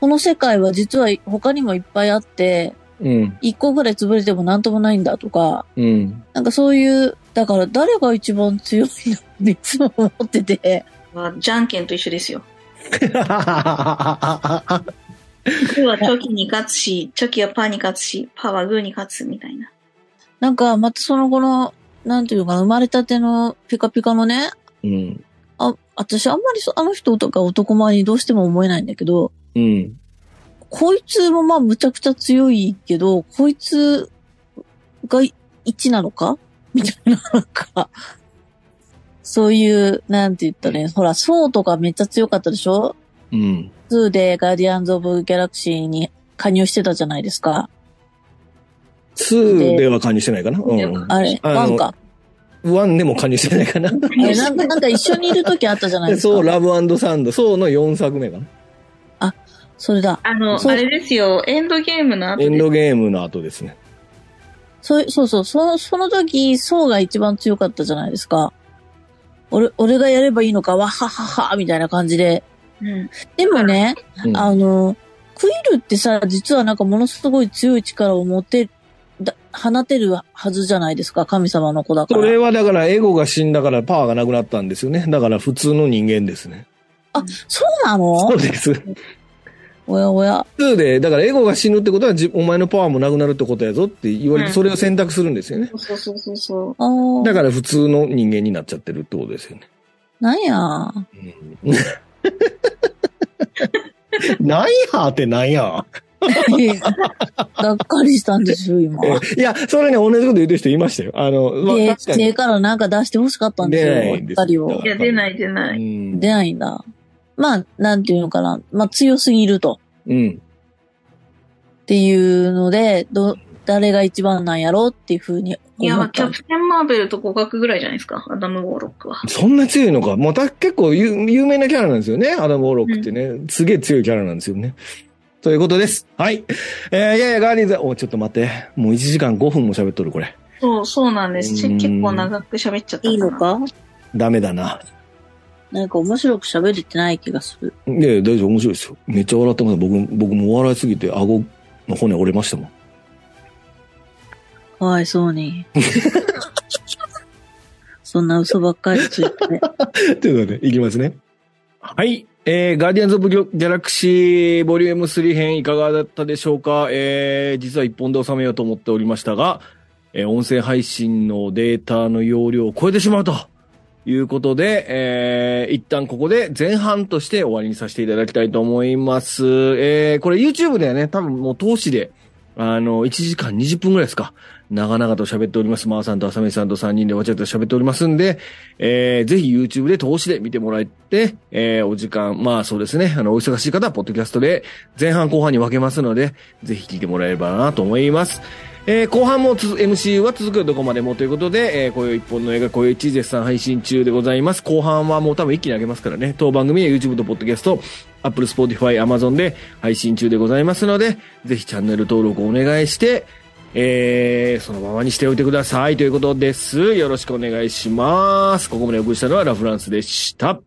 [SPEAKER 3] この世界は実は他にもいっぱいあって、
[SPEAKER 1] うん。
[SPEAKER 3] 一個ぐらい潰れてもなんともないんだとか、
[SPEAKER 1] うん。
[SPEAKER 3] なんかそういう、だから誰が一番強いのっていつも思ってて、
[SPEAKER 2] まあじゃんけんと一緒ですよ。グーはチョキに勝つし、チョキはパーに勝つし、パーはグーに勝つみたいな。
[SPEAKER 3] なんか、またその後の、なんていうのかな、生まれたてのピカピカのね、
[SPEAKER 1] うん。
[SPEAKER 3] あ、私あんまりそあの人とか男前にどうしても思えないんだけど、
[SPEAKER 1] うん。
[SPEAKER 3] こいつもまあむちゃくちゃ強いけど、こいつが1なのかみたいな、なんか、そういう、なんて言ったらいいのほら、そうとかめっちゃ強かったでしょ
[SPEAKER 1] うん。
[SPEAKER 3] 2でガーディアンズ・オブ・ギャラクシーに加入してたじゃないですか。
[SPEAKER 1] 2では加入してないかな。う
[SPEAKER 3] あれ、
[SPEAKER 1] あの
[SPEAKER 3] ワンか。
[SPEAKER 1] ん。1でも加入してないかな。
[SPEAKER 3] えなんかなんか一緒にいる時あったじゃないです か。
[SPEAKER 1] そう、ラブサンド、そうの4作目かな。
[SPEAKER 3] それだ。
[SPEAKER 2] あの、
[SPEAKER 3] そう
[SPEAKER 2] あれですよ、エンドゲームの後
[SPEAKER 1] エン
[SPEAKER 2] で
[SPEAKER 1] ドゲームの後ですね。
[SPEAKER 3] そう、そうそう、その、その時、層が一番強かったじゃないですか。俺、俺がやればいいのか、わははは、みたいな感じで。
[SPEAKER 2] うん。
[SPEAKER 3] でもね、
[SPEAKER 1] うん
[SPEAKER 3] あの、クイルってさ、実はなんかものすごい強い力を持て、だ放てるはずじゃないですか、神様の子だか
[SPEAKER 1] それ
[SPEAKER 3] ら。
[SPEAKER 1] はだから、エゴが死んだからパワーがなくなったんですよね。だから普通の人間ですね。
[SPEAKER 3] そうな
[SPEAKER 1] そ
[SPEAKER 3] の
[SPEAKER 1] うです。
[SPEAKER 3] おやおや。
[SPEAKER 1] 2で、だからエゴが死ぬってことは、じお前のパワーもなくなるってことやぞって言われ
[SPEAKER 2] う
[SPEAKER 1] て、
[SPEAKER 2] ん
[SPEAKER 1] それを選択するんですよね。
[SPEAKER 2] そうそうそうそう。
[SPEAKER 3] あー
[SPEAKER 1] だから普通の人間になっちゃってるってことですよね。
[SPEAKER 3] なん や。
[SPEAKER 1] なんやってなんや。
[SPEAKER 3] がっかりしたんですよ、今。
[SPEAKER 1] いや、それね、同じこと言ってる人いましたよ。あの、まあ
[SPEAKER 3] で、
[SPEAKER 1] 確かに
[SPEAKER 3] 手からなんか出して欲しかったんですよ、
[SPEAKER 1] 出ないんですよ
[SPEAKER 3] 光を
[SPEAKER 2] い。や、出ない出ない。
[SPEAKER 1] うん
[SPEAKER 3] 出ないんだ。まあ、なんていうのかな。まあ、強すぎると。
[SPEAKER 1] うん。
[SPEAKER 3] っていうので、ど、誰が一番なんやろうっていうふうに
[SPEAKER 2] い
[SPEAKER 3] 思
[SPEAKER 2] や
[SPEAKER 3] っ、
[SPEAKER 2] キャ
[SPEAKER 3] た。
[SPEAKER 2] プテンマーベルと互角ぐらいじゃないですか、アダム・ウォーロックは。
[SPEAKER 1] そんな強いのか。もうた結構有有名なキャラなんですよね。アダム・オロックってね。すげえ強いキャラなんですよね。ということです。はい。えー、いやいや、ガーディーズ、お、ちょっと待って。もう1時間5分も喋っとる、これ。
[SPEAKER 2] そう、そうなんです。ち
[SPEAKER 1] うん
[SPEAKER 2] 結構長く喋っちゃった
[SPEAKER 3] いいのか
[SPEAKER 1] ダメだな。
[SPEAKER 3] なんか面白く喋れてない気がする。
[SPEAKER 1] いやいや、大丈夫、面白いですよ。めっちゃ笑ってます。僕、僕も笑いすぎて、顎の骨折れましたもん。
[SPEAKER 3] かわいそう に。そんな嘘ばっかりついて。
[SPEAKER 1] ということで、いきますね。はい。えー、ガーディアンズ・オブ・ギャラクシー、ボリューム3編、いかがだったでしょうかえー、実は一本で収めようと思っておりましたが、えー音声配信のデータの容量を超えてしまうということで、えー、一旦ここで前半として終わりにさせていただきたいと思います。えー、これ YouTube ではね、多分もう投資で、あの、1時間20分ぐらいですか。長々と喋っております。まーさんとあさみさんと3人でわちゃわちゃ喋っておりますんで、えーぜひ YouTube で投資で見てもらって、えーお時間、まあそうですね、あの、お忙しい方は、ポッドキャストで前半後半に分けますので、ぜひ聞いてもらえればなと思います。えー後半もつづ MC は続くよどこまでもということで、えー、こよ一本の映画、こよ一絶賛配信中でございます。後半はもう多分一気に上げますからね、当番組は YouTube とポッドキャスト、Apple、Spotify、Amazon で配信中でございますので、ぜひチャンネル登録お願いして、えー、そのままにしておいてくださいということです。よろしくお願いします。ここまでお送りしたのはラフランスでした。